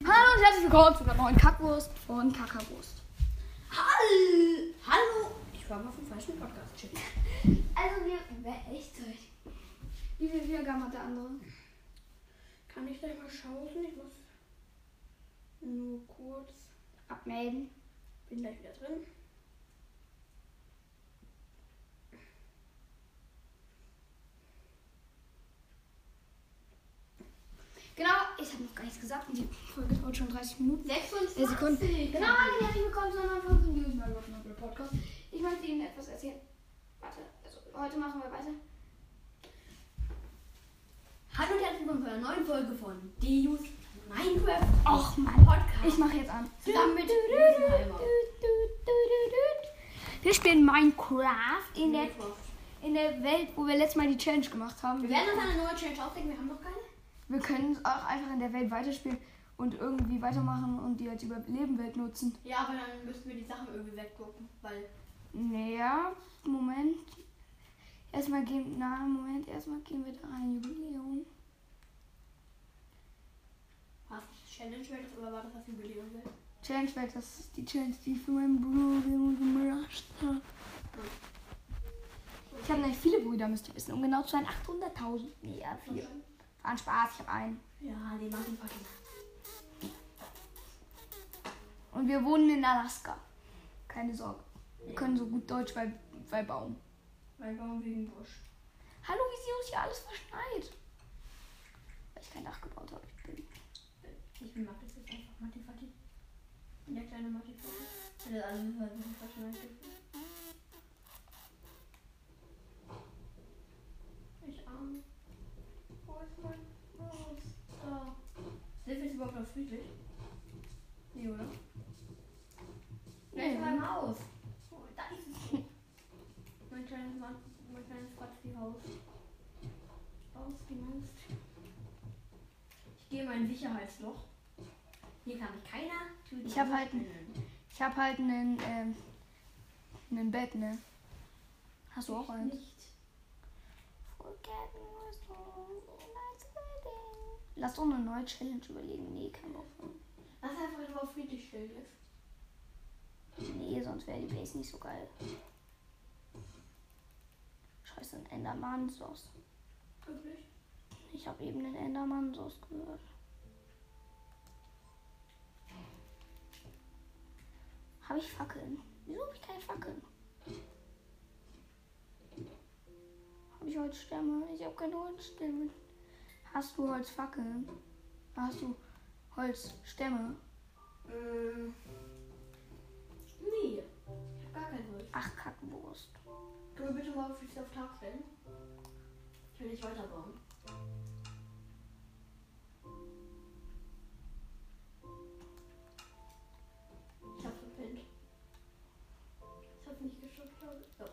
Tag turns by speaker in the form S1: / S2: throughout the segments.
S1: und herzlich willkommen zu einer neuen Kackwurst von Kakawurst.
S2: Hall Hallo! Ich war mal auf dem falschen Podcast. Shit.
S1: Also wir, wer echt soll ich? Wie viel Wiedergaben hat der andere?
S2: Kann ich gleich mal schauen? Ich muss nur kurz.
S1: Abmelden.
S2: Bin gleich wieder drin.
S1: Genau, ich habe noch gar nichts gesagt und die Folge dauert schon 30 Minuten.
S2: 26
S1: Sekunden. Genau,
S2: Genau.
S1: hallo, herzlich willkommen zu einer neuen Folge von News Mal auf Nobel Podcast. Ich möchte Ihnen etwas erzählen. Warte, also heute machen wir weiter.
S2: Hallo und herzlich willkommen zu einer neuen Folge von Die Youth Minecraft
S1: Och Mann.
S2: Podcast.
S1: Ich mache jetzt an.
S2: Zusammen mit Rosenheimer.
S1: Wir spielen Minecraft in der,
S2: Minecraft.
S1: in der Welt, wo wir letztes Mal die Challenge gemacht haben.
S2: Wir werden uns eine neue Challenge aufdecken. Wir haben noch keine.
S1: Wir können es auch einfach in der Welt weiterspielen und irgendwie weitermachen und die als Überlebenwelt nutzen.
S2: Ja, aber dann müssen wir die Sachen irgendwie weggucken, weil.
S1: Naja, Moment. Erstmal gehen, na, Moment, erstmal gehen wir da rein. Jubiläum.
S2: War es das Challenge-Welt oder war das das Jubiläum-Welt?
S1: Challenge Welt, das ist die Challenge, die ich für meinen Bruder gemacht habe. Ich habe nämlich viele Brüder, müsst ihr wissen. Um genau zu sein, 800.000. Nee, ja, vier. War ein Spaß, ich habe einen.
S2: Ja, die machen fucking.
S1: Und wir wohnen in Alaska. Keine Sorge. Wir können so gut Deutsch bei, bei Baum.
S2: Weil warum wegen Busch?
S1: Hallo, wie sie uns hier alles verschneit. Weil ich kein Dach gebaut habe. Ich bin
S2: Ich mag das jetzt einfach Matifati. Der kleine Matifati. Das alles ist halt ein Verschneidung. Ich arm. Wo ist mein Maus? Da. Sind wir jetzt überhaupt noch friedlich? Nee, oder? Da
S1: Nee.
S2: ist mein Maus. Oh, da ist es. mein kleines Mann. Mein kleines Fratzi-Haus. Ausgenutzt. Ich gehe in mein Sicherheitsloch. Hier kann mich keiner. töten.
S1: Ich hab halt ein- ich habe halt einen, ähm, einen Bett, ne? Hast du auch
S2: Ich
S1: eins?
S2: Nicht.
S1: Lass doch eine neue Challenge überlegen. Nee, kein Bock.
S2: Lass einfach nur auf friedlich still ist.
S1: Nee, sonst wäre die Base nicht so geil. Scheiße, ein Enderman Sauce.
S2: Wirklich?
S1: Ich habe eben den Enderman Sauce gehört. Habe ich Fackeln? Wieso habe ich keine Fackeln? Habe ich Holzstämme? Ich habe keine Holzstämme. Hast du Holzfackeln? Hast du Holzstämme?
S2: Ähm. Nee. Ich hab gar kein Holz.
S1: Ach, Kackwurst.
S2: Können wir bitte mal auf friedlich auf Tag stellen? Ich will nicht weiterbauen. Ich hab verpennt. Ich hab's nicht geschafft, glaube ich. Doch.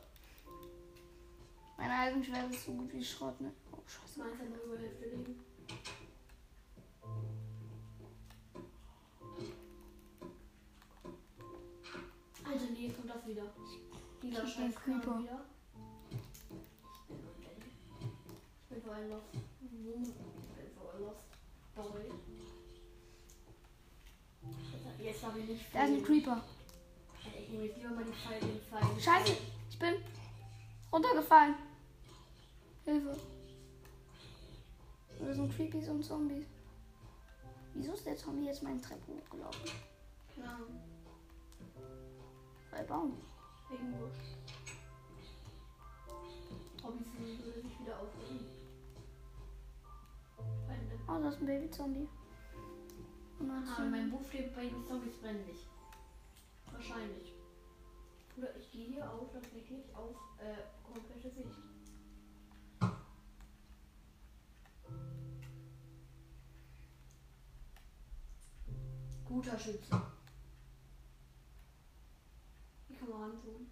S1: Mein Eisenschwert ist so gut wie Schrott, ne? Oh, scheiße.
S2: Meins hat noch über Hälfte leben. Alter, nee, jetzt kommt das wieder. Dieser
S1: krieg den
S2: scheiß Kram
S1: Creeper.
S2: wieder. Ich bin unfähig. Ich bin voll lost. Mhm. Ich bin voll lost. Sorry. Jetzt- Jetzt habe ich nicht
S1: Da ist ein
S2: viel.
S1: Creeper.
S2: Alter, Ich nehme jetzt lieber mal die Pfeile, die Pfeile.
S1: Scheiße, ich bin runtergefallen. Hilfe. Da sind Creepies und Zombies. Wieso ist der Zombie jetzt meine Treppe hochgelaufen?
S2: Keine Ahnung.
S1: Weil Baum.
S2: Wegen Busch. Hobbys würde sich wieder aufregen. Ende.
S1: Oh, da ist ein Baby-Zombie. Und dann
S2: Ah, mein Buch lebt bei den Zombies brennen nicht. Wahrscheinlich. Oder ich gehe hier auch tatsächlich auf äh, komplette Sicht. Guter Schütze. Wie kann man ranzoomen?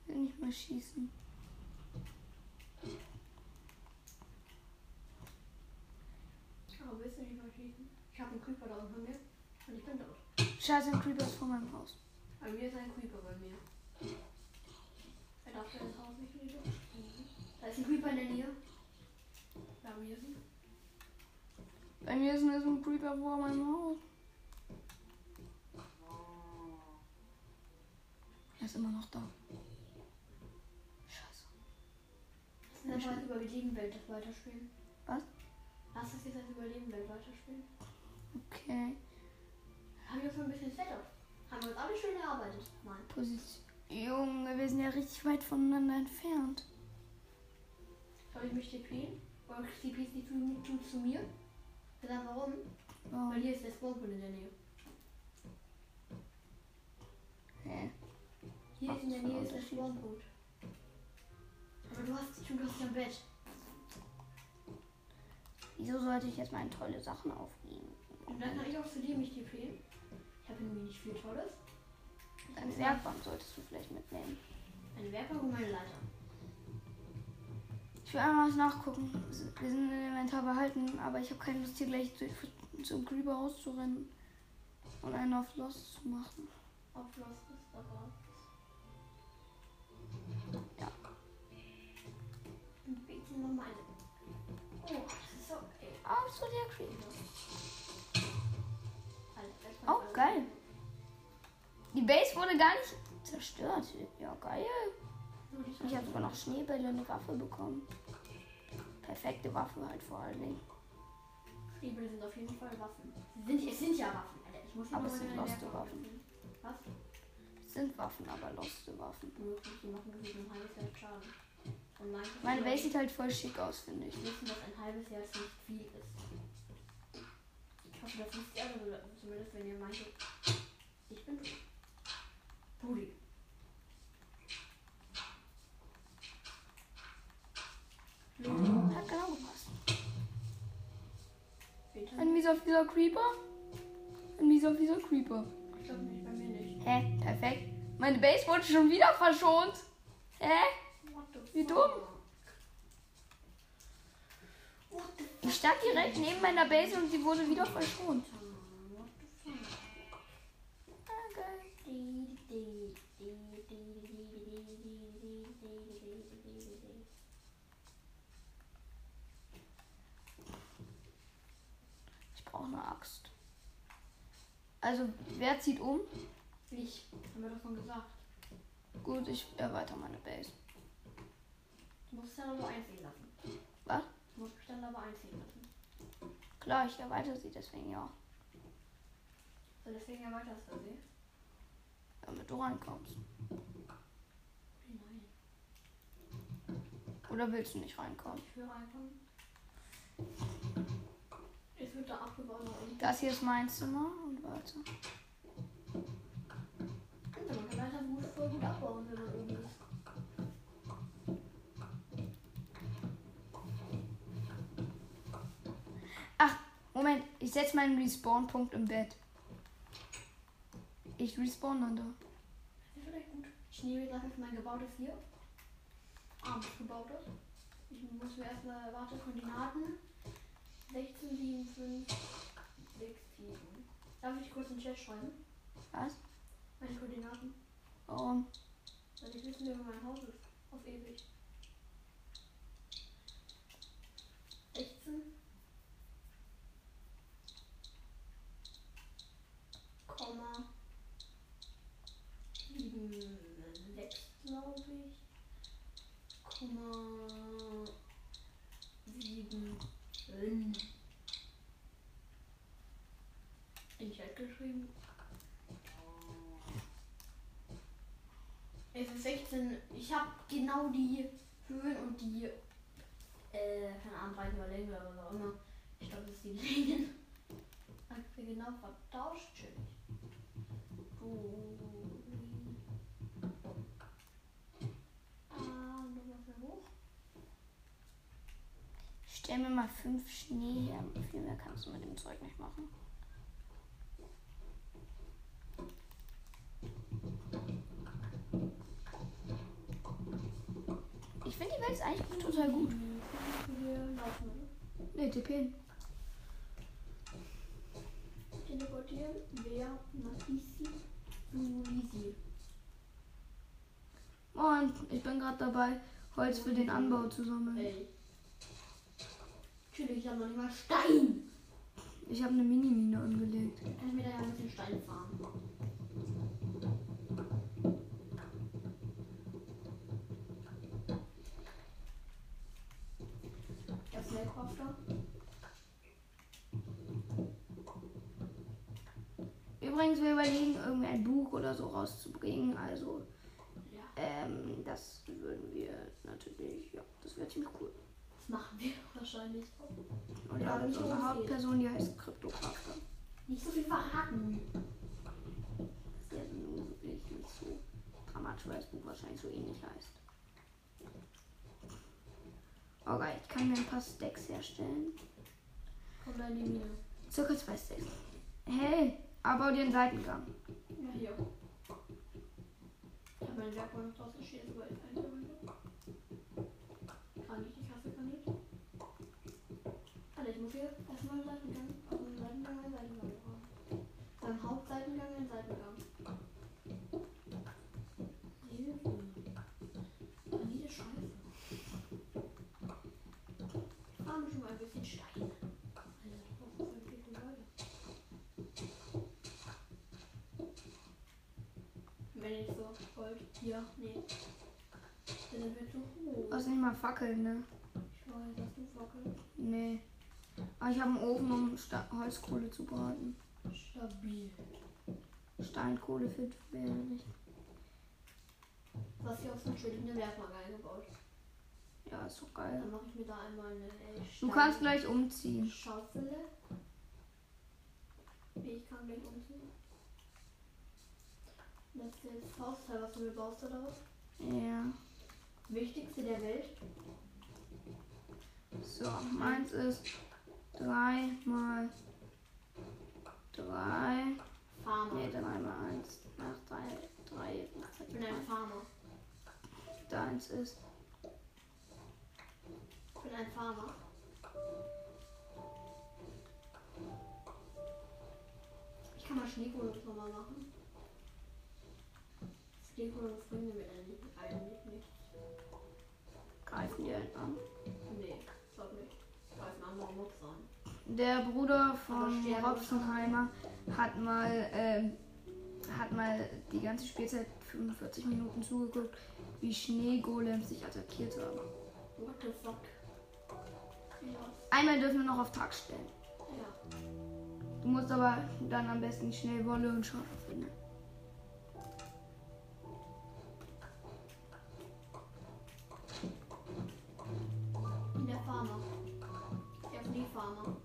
S1: ich will nicht mehr schießen.
S2: Aber willst du nicht mal schießen? Ich habe einen Creeper da unten mir und ich bin dort.
S1: Scheiße, ein Creeper ist vor meinem Haus.
S2: Bei mir ist ein Creeper bei mir. Er darf ja das Haus nicht wieder durchspringen. ist ein Creeper in der Nähe. Da mir ist ein
S1: Bei mir ist nur so ein Creeper vor meinem Haus. Er ist immer noch da. Scheiße.
S2: Das ist einfach Überleben Welt weiterspielen.
S1: Was?
S2: Lass uns jetzt als Überleben Welt weiterspielen.
S1: Okay.
S2: Haben wir schon ein bisschen Setup. Haben wir uns alle schön erarbeitet. Nein.
S1: Position. Junge, wir sind ja richtig weit voneinander entfernt.
S2: Soll ich mich TPen? Oder TPs die zu, zu, zu mir? Gesagt warum?
S1: Wow.
S2: Weil hier ist der Spawnpool in der Nähe.
S1: Hä?
S2: Hier
S1: Ach,
S2: ist in der
S1: das ist
S2: Nähe ist
S1: ein
S2: das
S1: Unterschied.
S2: Spawnboot. Aber du hast schon du hast ja ein Bett.
S1: Wieso sollte ich jetzt meine tolle Sachen aufgeben?
S2: Und dann kann ich auch zu dir mich TPen. Ich habe nämlich nicht viel Tolles.
S1: Dein Werkbank solltest du vielleicht mitnehmen.
S2: Eine Werkbank und meine Leiter.
S1: Ich will einmal was nachgucken. Wir sind im Inventar behalten, aber ich habe keine Lust, hier gleich zu, zum Creeper rauszurennen und einen auf Lost zu machen.
S2: Auf Lost ist aber.
S1: Ja.
S2: Ein bisschen noch meine. Oh, das ist so. Ey,
S1: Auf zu Oh, der Creeper.
S2: alles gleich
S1: Oh,
S2: mal-
S1: geil. Die Base wurde gar nicht zerstört. Ja, geil.
S2: So, die-
S1: Ich habe sogar noch Schneebälle und eine Waffe bekommen. Perfekte Waffe halt vor allen Dingen.
S2: Schneebälle sind auf jeden Fall Waffen. Sie sind, es sind ja Waffen, Alter. Ich muss hier
S1: Aber
S2: noch
S1: es
S2: meine
S1: sind loste
S2: Werkbank
S1: Waffen.
S2: öffnen. Was?
S1: Es sind Waffen, aber loste Waffen.
S2: Möglich, die machen halt gewissen ein halbes Jahr Schaden. Und manche
S1: Meine
S2: Leute
S1: Base sieht halt voll schick aus, finde ich.
S2: wissen, dass ein halbes Jahr jetzt nicht viel ist. Ich hoffe, das wisst ihr alle, zumindest wenn ihr meint, ich bin Brudi. Brudi. Leute,
S1: Hat genau gepasst.
S2: bitte.
S1: Ein mieser, fieser Creeper. Ein mieser, fieser Creeper.
S2: Ich glaube nicht, bei mir nicht.
S1: Hä? Perfekt. Meine Base wurde schon wieder verschont. Hä?
S2: What the
S1: Wie
S2: fuck?
S1: dumm.
S2: What the
S1: Ich stand direkt neben meiner Base und sie wurde wieder verschont.
S2: fuck? What the fuck?
S1: Ah, geil. Ich brauche eine Axt. Also, wer zieht um?
S2: Ich, haben wir doch schon gesagt.
S1: Gut, ich erweitere meine Base.
S2: Du musst es dann aber einziehen lassen.
S1: Was?
S2: Du musst mich dann aber einziehen lassen.
S1: Klar, ich erweitere sie deswegen ja,
S2: So, deswegen erweiterst du sie.
S1: damit du reinkommst.
S2: Nein.
S1: Oder willst du nicht reinkommen?
S2: Ich will reinkommen. Es wird da abgebaut. aber ich-
S1: Das hier ist mein Zimmer und warte.
S2: Also, Man kann leider gut voll gut abbauen, wenn man oben ist.
S1: Ach, Moment, ich setze meinen Respawn-Punkt im Bett. Ich respawn dann da.
S2: Das ist vielleicht gut. Ich nehme jetzt einfach mein gebautes hier. Abends gebautes. Ich muss mir erstmal warte Koordinaten. 16, 7, 5, 6, 7. Darf ich kurz in den Chat schreiben?
S1: Was?
S2: Meine Koordinaten.
S1: Warum?
S2: Weil ich wissen will, wo mein Haus ist. Auf ewig. 16. Komma. 7, 6, glaube ich. Komma. 7, 5. In Chat geschrieben. Es ist 16. Ich habe genau die Höhen und die, äh, keine Ahnung, Breiten oder Länge oder was auch immer. Ich glaube, das ist die Länge. Hab ich mir genau vertauscht. Schön. Ah, nochmal für Ah, hoch.
S1: Ich stell mir mal fünf Schnee her. Viel mehr kannst du mit dem Zeug nicht machen. Ich finde die Welt ist eigentlich total gut.
S2: Wir laufen.
S1: Ne, tipp hin.
S2: Teleportieren. Wer? Masisi. Luisi.
S1: Moin, ich bin gerade dabei, Holz für den Anbau zu sammeln.
S2: Ey. Natürlich, ich habe noch nicht mal Stein.
S1: Ich habe eine Minimine angelegt.
S2: Kann ich mir da ja ein bisschen Stein fahren. Das Mailcrafter.
S1: Übrigens, wir überlegen, irgendein Buch oder so rauszubringen. Also,
S2: Ja,
S1: ähm, das würden wir natürlich, ja, das wäre ziemlich cool.
S2: das machen wir wahrscheinlich.
S1: Und
S2: Ja,
S1: ja,
S2: das ist
S1: unsere
S2: okay.
S1: Hauptperson, die heißt Kryptokrafter.
S2: Nicht so viel verraten.
S1: Der ist nun wirklich nicht so dramatisch, weil das Buch wahrscheinlich so ähnlich heißt. Okay, ich kann mir ein paar Stacks herstellen.
S2: Komm da in die Mine.
S1: Circa zwei Stacks. Hey, aber den Seitengang.
S2: Ja, hier. Ich habe mein Werkball noch draußen stehen, aber ich kann nicht. Kann ich die Kaffeekanne? Alter, ich muss hier erstmal einen Seitengang, also einen Seitengang, einen Seitengang machen. Beim Hauptseitengang, einen Seitengang. Hilfe. Aber diese Scheiße. Ich fahre schon mal ein bisschen Stein. Alter, das braucht voll viele Leute. Wenn ich so wollt. Ja, nee. Dann wird so hoch.
S1: Du hast nicht mal Fackeln, ne?
S2: Ich weiß, dass du Fackel
S1: Nee. Aber ich habe einen Ofen, um Sta Holzkohle zu braten.
S2: stabil.
S1: Steinkohle für wäre nicht.
S2: Du hast hier auf so ein Schild eine Werkbank eingebaut.
S1: Ja, ist doch geil.
S2: Dann mache ich mir da einmal eine äh,
S1: Du
S2: Stein-
S1: kannst gleich umziehen.
S2: Schaufel. Nee, Ich kann gleich umziehen. Das ist das Hausteil, was du mir baust oder was?
S1: Ja.
S2: Wichtigste der Welt.
S1: So, meins ist 3 mal 3.
S2: Farmer.
S1: Ne, 3 mal 1. Nach 3. 3.
S2: Ich bin ein Farmer.
S1: Deins ist.
S2: Ich bin ein Farmer. Ich kann mal Schneekolos nochmal machen. Schneekolos bringen mir eigentlich eigentlich nichts.
S1: Greifen die einen an.
S2: Nee, glaub nicht. Greifen andere Mobs an.
S1: Der Bruder
S2: Aber
S1: von
S2: sterben-
S1: Robsonheimer hat mal, ähm, hat mal die ganze Spielzeit 45 Minuten zugeguckt, wie Schneegolems sich attackiert haben.
S2: What the fuck? Ja.
S1: Einmal dürfen wir noch auf Tag stellen.
S2: Ja.
S1: Du musst aber dann am besten schnell Wolle und Schafe finden.
S2: Und der Farmer. Der Schneefarmer.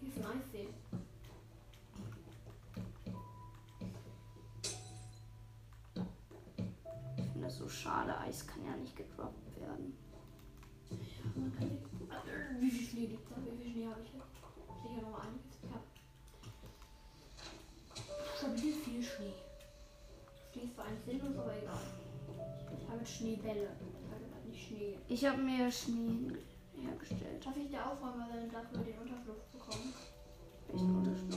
S2: Hier ist ein Eissee.
S1: Ich finde das so schade. Eis kann ja nicht gedroppt werden.
S2: Man kann nicht. Äh, Wie viel Schnee liegt da? Wie viel Schnee habe ich jetzt? Sicher noch mal einiges. Ich habe stabil viel Schnee. Schnee ist zwar ein sinnlos, aber egal. Ich habe jetzt Schneebälle. Ich habe gerade nicht Schnee.
S1: Ich habe mir Schnee hinge- hergestellt.
S2: Darf ich dir aufräumen, weil dann darf man den Unterflucht bekommen?
S1: Echt Unterschlupf.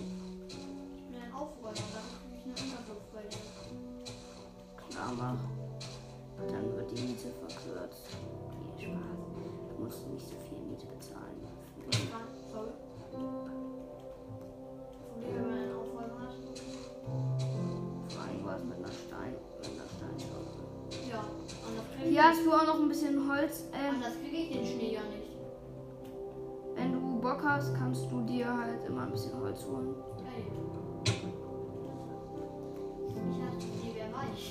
S2: Ich bin ein Aufräumer, dann kriege ich eine Unterflucht bei dir.
S1: Klar mach. Dann wird die Miete verkürzt. Nee, Spaß. Du musst nicht so viel Miete bezahlen.
S2: Ich kann, sorry. Das Problem, wenn man einen Aufräumer hat.
S1: Vor allem war es mit einer Stein, mit einer Steinschaufel.
S2: Ja, anders kriege ich,
S1: Hier hast du auch noch ein bisschen Holz. Ähm,
S2: anders krieg ich den Schnee ja nicht.
S1: wenn du Bock hast, kannst du dir halt immer ein bisschen Holz holen.
S2: Geil. Ich dachte, die wäre weich.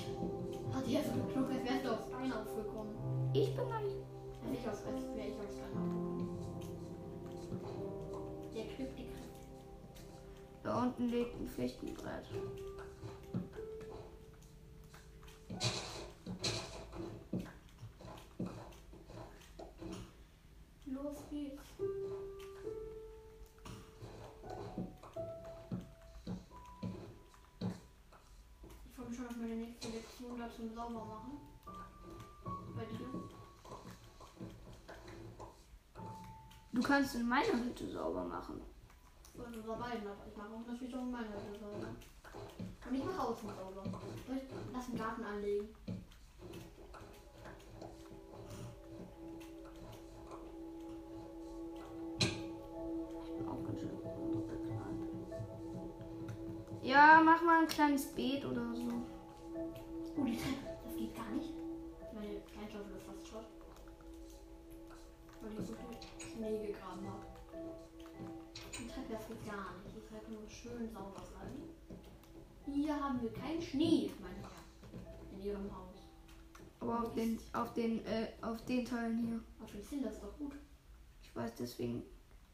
S2: Hat die erst geklug, als wärst du auf Stein aufgekommen.
S1: Ich bin gar nicht.
S2: Als ich auf, als wäre ich auf Stein aufgekommen. Der Glück, die Kraft.
S1: Da unten liegt ein Pflichtenbrett.
S2: Los geht's. Ich freue mich schon auf meine nächste Lektion da zum Saubermachen. Bei dir.
S1: Du kannst in meiner Hütte sauber machen.
S2: Und unser beiden, aber ich mache auch natürlich auch meine Hütte sauber. Und ne? ich mache außen sauber. Soll ich- Lass den Garten anlegen.
S1: Ja, mach mal ein kleines Beet oder so.
S2: Oh, die Treppe. Das geht gar nicht. Meine Kleinklausel ist fast tot. Weil ich so viel Schnee gegraben habe. Die Treppe, das geht gar nicht. Die Treppe muss schön sauber sein. Hier haben wir keinen Schnee, meine Herren. In ihrem Haus.
S1: Aber auf den, auf den, äh, auf den Teilen hier.
S2: Auf dem Ziel, das ist doch gut.
S1: Ich weiß deswegen,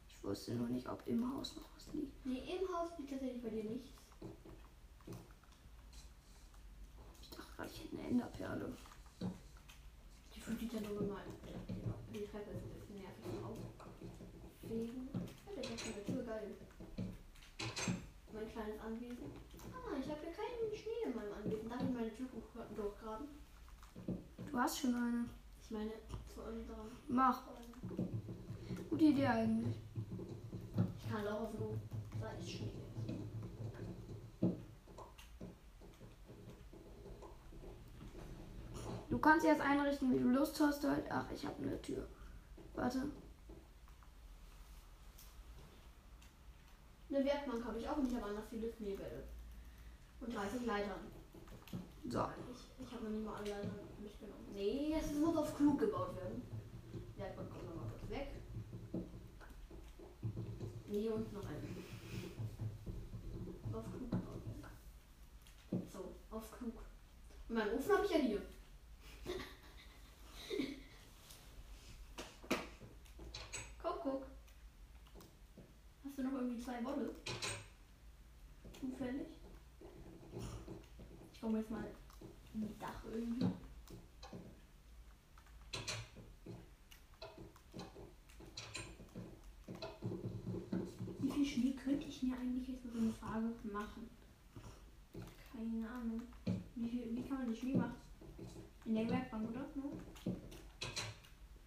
S1: ich wusste nur nicht, ob im Haus noch was liegt.
S2: Nee, im Haus liegt tatsächlich bei dir nichts.
S1: Ich dachte gerade, ich hätte eine Enderperle.
S2: Die verdient ja nur mal. Die Treppe ist ein bisschen nervig im Auge. Wegen. Ja, der ist eine Tür geil. Mein kleines Anwesen. Ah, ich habe hier keinen Schnee in meinem Anwesen. Darf ich meine Tür hoch- durchgraben?
S1: Du hast schon eine.
S2: Ich meine, zu unserem.
S1: Mach. Gute Idee eigentlich.
S2: Ich kann auch auf Lob. Da ist Schnee.
S1: Du kannst jetzt einrichten, wie du Lust hast halt. Ach, ich habe eine Tür. Warte.
S2: Eine Werkbank habe ich auch nicht, aber anders viele Schneebälle. Und 30 Leitern.
S1: So.
S2: Ich, ich habe noch nie mal alle Leitern mitgenommen. Nee, das muss auf klug gebaut werden. Werkbank kommt nochmal kurz weg. Nee, und noch eine. Auf klug gebaut werden. So, auf klug. Und meinen Ofen habe ich ja hier. guck, guck. Hast du noch irgendwie zwei Wolle? Zufällig? Ich komme jetzt mal ein Dach irgendwie. Wie viel Schnee könnte ich mir eigentlich jetzt mit so einer Frage machen? Keine Ahnung. Wie, viel, wie kann man den Schnee machen? In der Werkbank, oder? Ne?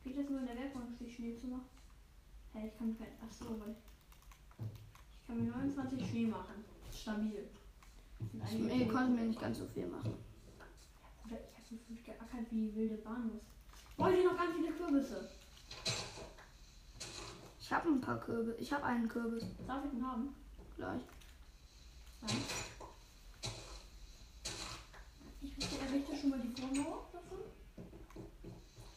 S2: Geht das nur in der Werkbank, sich Schnee zu machen? Hä, ich kann mir kein. Achso, weil. Ich kann mir 29 Schnee machen. Stabil. Und
S1: Ich
S2: eigentlich-
S1: nee, konnte mir nicht ganz so viel machen.
S2: oder ich habe mich geackert wie die wilde Bahnhof. Boah, hier noch ganz viele Kürbisse.
S1: Ich habe ein paar Kürbis. Ich habe einen Kürbis
S2: Darf ich den haben?
S1: gleich.
S2: Nein. Ich richte, errichte schon mal die Vormauer davon.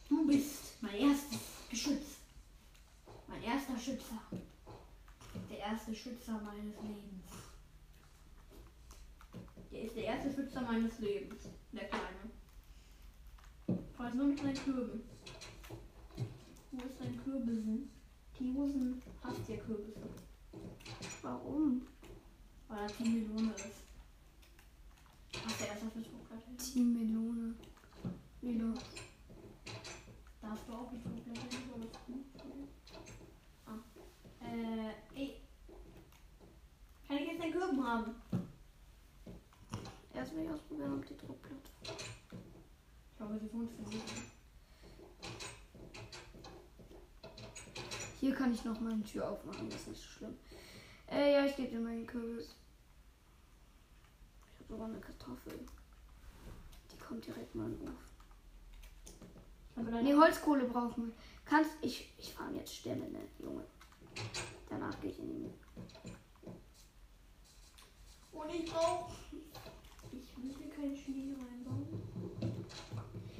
S2: Du bist mein erstes Geschütz. Mein erster Schützer. Der erste Schützer meines Lebens. Der ist der erste Schützer meines Lebens. Der Kleine. Ich weiß nur mit seinen Kürben. Wo ist dein Kürbissen? Die Hosen hast ja Kürbisse.
S1: Warum?
S2: Weil das die Melone ist. Ach, der erste Fischbruchblätter.
S1: Team Melone. Melo.
S2: Darfst du auch Fischbruchblätter nicht oder was? Ah. Äh, ey. Kann ich jetzt einen Gürben haben?
S1: Erst will ich ausprobieren, ob die Druckplatte.
S2: Ich glaube, sie wohnt für mich.
S1: Hier kann ich noch meine Tür aufmachen, das ist nicht so schlimm. Äh, ja, ich gebe dir meinen Kürbis. Ich habe sogar eine Kartoffel. Die kommt direkt mal in den Ofen.
S2: Ich habe
S1: Nee,
S2: deine.
S1: Holzkohle brauchen wir. Kannst. Ich, ich fahre jetzt Stämme, ne, Junge. Danach gehe ich in die Mitte.
S2: Und ich brauche. Ich will hier keinen Schnee reinbauen.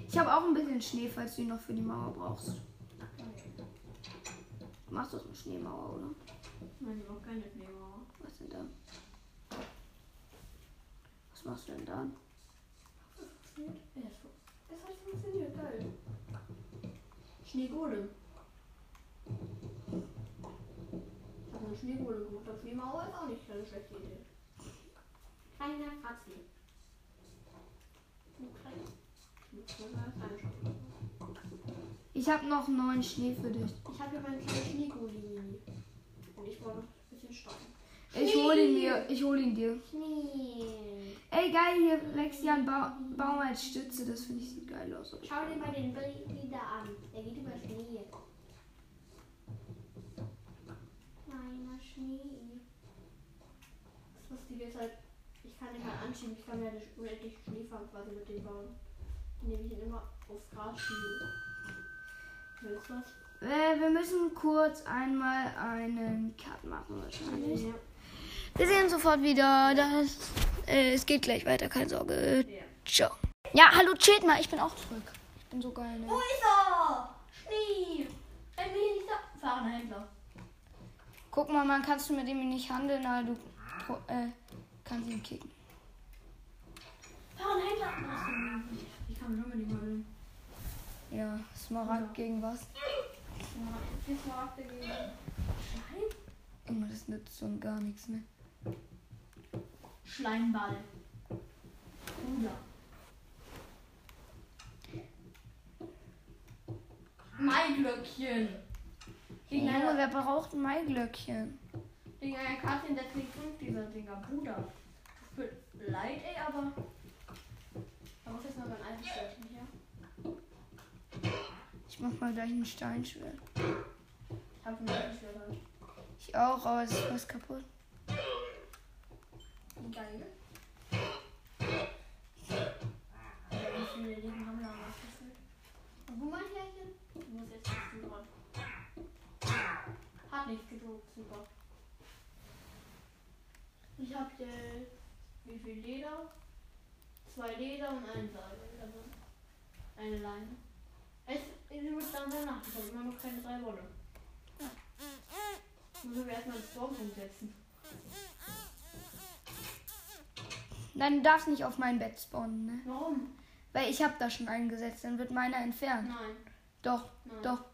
S1: Ich habe auch ein bisschen Schnee, falls du ihn noch für die Mauer brauchst.
S2: Geil.
S1: Du machst doch eine Schneemauer, oder?
S2: Nein, ich brauche keine Schneemauer.
S1: Was denn da? Was machst du denn da?
S2: Funktioniert? Ja, es fu- es hat funktioniert, geil. Schneegolem. Ich habe einen Schneegolem gemacht, aber Schneemauer ist auch nicht keine schlechte Idee. Kleiner Fratzi. Du klein. Ich muss nur mal reinschauen.
S1: Ich habe noch neuen Schnee für dich.
S2: Ich habe hier meinen kleinen Schneegolem. Und ich brauche noch ein bisschen Stein.
S1: Ich hole ihn dir. Ich hole ihn dir.
S2: Schnee.
S1: Ey, geil, hier Lexian ba Baum als Stütze. Das finde ich sieht geil aus.
S2: Schau dir mal den Bilder an. Der geht über Schnee. Kleiner Schnee. Das Lustige ist halt, ich kann den halt anschieben. Ich kann mir halt unendlich Schneefang quasi mit dem bauen. Indem ich ihn immer auf Gras schiebe. Willst du was?
S1: Äh, wir müssen kurz einmal einen Cut machen wahrscheinlich. Wir sehen uns sofort wieder. Das, äh, es geht gleich weiter, keine Sorge. Ciao. Ja, hallo, chillt mal. Ich bin auch zurück. Ich bin so geil,
S2: Wo
S1: ne?
S2: ist er? Schnief! Er will nicht da. Fahrender Händler.
S1: Guck mal, man kannst du mit ihm nicht handeln, aber du pro- äh, kannst ihn kicken.
S2: Fahrender Händler. Ach so, ja. Ich kann nur mit ihm handeln.
S1: Ja, Smaragd gegen was?
S2: Jetzt mal abgegeben. Schleim?
S1: Junge, das nützt so gar nichts, ne?
S2: Schleimball. Bruder. Mein Glöckchen. Gegen
S1: Junge,
S2: eine,
S1: wer braucht ein Maiglöckchen?
S2: gegen eine Karte in der kriegt fünf dieser Dinger. Bruder. Tut mir leid, ey, aber. Da muss jetzt mal mein altes Städtchen hier.
S1: Ich mach mal gleich ein Steinschwert.
S2: Ich hab ein altes Schwert.
S1: Ich auch, aber es ist was kaputt.
S2: Geil. Wie viele Leben haben wir noch gefühlt? Und Gummihärchen? Du musst jetzt nicht dran. Hat nichts gedruckt, super. Ich hab hier wie viel Leder? Zwei Leder und ein Seil. Also eine Leine. Es ist muss dann danach. Ich habe immer noch keine drei Wolle. Ja. Müssen wir erstmal das Baum umsetzen.
S1: Nein, du darfst nicht auf mein Bett spawnen, ne?
S2: Warum?
S1: Weil ich hab da schon eingesetzt, dann wird meiner entfernt.
S2: Nein.
S1: Doch,
S2: Nein.
S1: doch,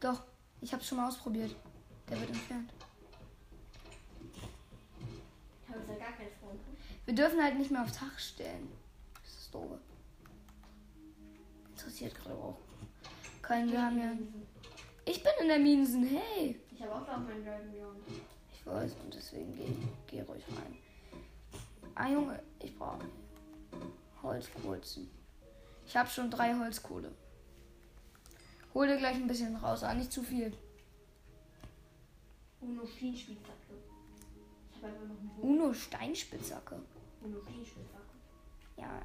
S1: doch. Ich hab's schon mal ausprobiert. Der wird entfernt.
S2: Ich habe jetzt ja gar keinen Freund.
S1: Wir dürfen halt nicht mehr aufs Dach stellen. Das ist doof. Interessiert gerade auch keinen. Wir haben ja. Ich bin in der Minsen, hey!
S2: Ich habe auch noch meinen Dragon Young.
S1: Ich weiß und deswegen geh, geh ruhig rein. Ah Junge, ich brauche Holzbolzen. Ich habe schon drei Holzkohle. Hol dir gleich ein bisschen raus, aber nicht zu viel.
S2: Uno Schienenspitzhacke. Ich habe einfach noch einen Bogen.
S1: Uno Steinspitzhacke.
S2: Uno Schienenspitzhacke.
S1: Ja,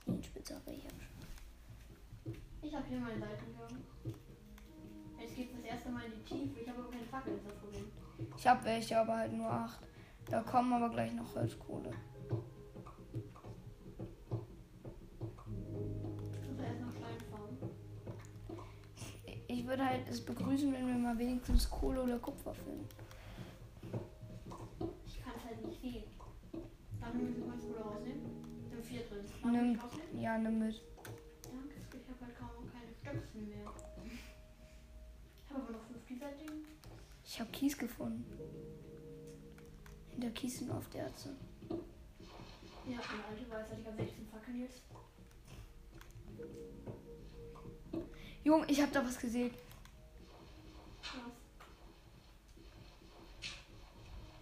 S1: Steinspitzhacke, ich hab schon.
S2: Ich habe hier meinen Seiten gegangen. Jetzt geht's das erste Mal in die Tiefe. Ich habe aber keine Fackel, das ist das Problem.
S1: Ich habe welche, aber halt nur acht. Da kommen aber gleich noch Holzkohle.
S2: Ich muss erst noch Stein fahren.
S1: Ich würde halt es begrüßen, wenn wir mal wenigstens Kohle oder Kupfer finden.
S2: Ich kann es halt nicht sehen. Dann müssen wir ganz gut rausnehmen. Im vier drin. Darf
S1: Nimm.
S2: ich rausnehmen?
S1: Ja, nimm mit.
S2: Danke, ich habe halt kaum keine Stöpsel mehr. Ich habe aber noch fünf dieser Dinge.
S1: Ich habe Kies gefunden. Hinter Kiesen auf der Erze.
S2: Ja, eine alte Weisheit. Ich habe 16 Fackeln jetzt.
S1: Junge, ich hab da was gesehen.
S2: Was?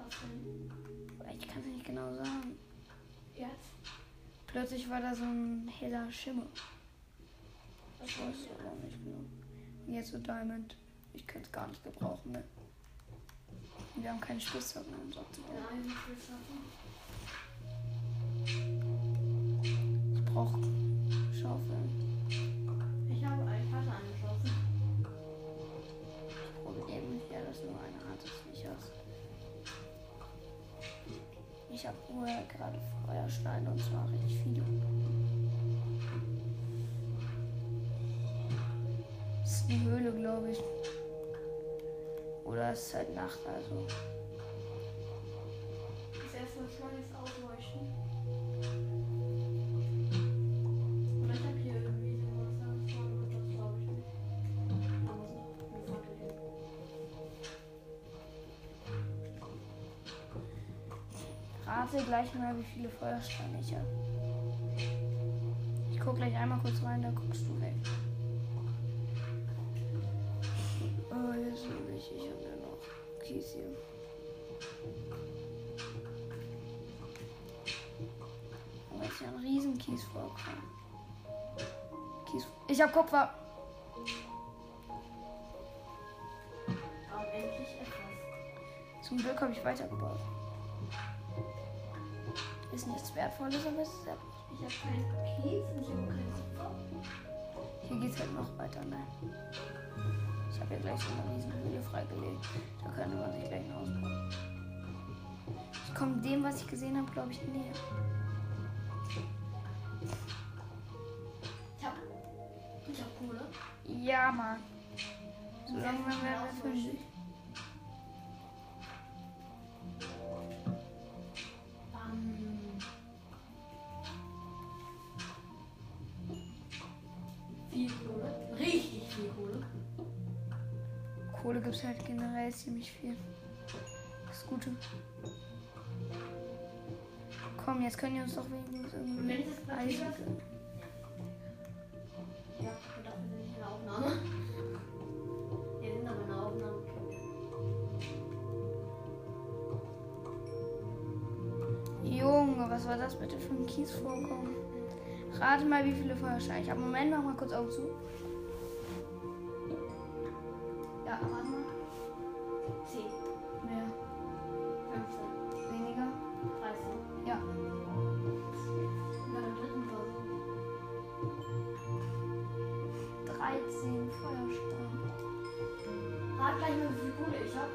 S2: Was denn?
S1: Ich kann es nicht genau sagen.
S2: Erz?
S1: Plötzlich war da so ein heller Schimmer.
S2: Was
S1: Ich
S2: war
S1: weiß aber auch nicht genau. Und jetzt so Diamond. Ich kann es gar nicht gebrauchen, ne? Und Wir haben keinen Spitzhacken um im Sack.
S2: Nein, ich will schaffen.
S1: Ich brauch Schaufeln.
S2: Ich habe ich hatte eine Chance.
S1: Problem ja, dass nur eine Art des Sichers. Ich habe nur gerade Feuersteine und zwar richtig viele. Das ist eine Höhle, glaube ich. Oder es ist halt Nacht, also.
S2: Das erste Mal schon jetzt ausleuchten. Oder ich habe hier irgendwie so was da vorne und das glaube ich nicht. Da muss noch eine Fackel hin.
S1: Rate gleich mal, wie viele Feuersteine ich habe. Ich guck gleich einmal kurz rein, dann guckst du weg. Oh, hier ist noch nicht. Ich habe ja noch Kies hier. Aber ist ja ein riesen Kies vorkommen. Kies. Ich habe Kupfer.
S2: Aber endlich etwas.
S1: Zum Glück habe ich weitergebaut. Ist nichts Wertvolles, aber es ist sehr
S2: Ich habe keinen Kies und ich habe keinen Kupfer.
S1: Hier geht's halt noch weiter, ne? Ich habe ja gleich so eine riesen Höhle freigelegt. Da könnte man sich gleich ein Haus bauen. komme dem, was ich gesehen habe, glaube ich, näher.
S2: Ich hab. Ich hab Kohle.
S1: Ja, Mann. So langsam werden wir fündig.
S2: Ähm. Viel Kohle. Richtig viel Kohle.
S1: Kohle gibt es halt generell ziemlich viel. Das Gute. Komm, jetzt können die uns doch wenigstens
S2: Und wenn
S1: irgendwie
S2: ich das Papier
S1: Eisen
S2: lasse?
S1: geben.
S2: Ja, ich dachte, wir sind nicht in der Aufnahme. Wir sind aber in der Aufnahme.
S1: Junge, was war das bitte für ein Kies vorkommen? Rate mal, wie viele Feuersteine ich habe. Moment, mach mal kurz Augen zu.
S2: Ja, warte mal. 10,
S1: Mehr,
S2: 15,
S1: weniger.
S2: 13.
S1: Ja.
S2: Über den dritten Versuch.
S1: 13 Feuersteine.
S2: Rat gleich mal, wie viel Kohle ich habe.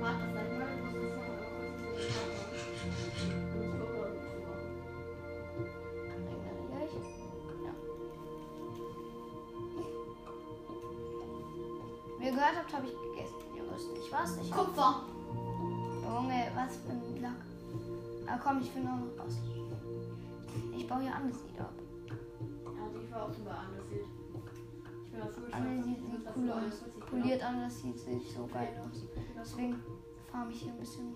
S2: Warte, vielleicht mal, ich muss das noch mal kurz Ich guck mal, wie viel.
S1: Regeneriere ich? Ja. Wie ihr gehört habt, habe ich gegessen. Ihr wisst nicht was. Ich
S2: Kupfer.
S1: Junge, was für ein Lack. Ah komm, ich finde auch noch was. Ich baue hier Andeslied ab.
S2: Also ich war auch schon bei Underfield. Ich bin auf Schule.
S1: Andeslied sieht cool aus. Poliert Andeslied sieht so geil aus.
S2: genau.
S1: Deswegen farm ich hier ein bisschen.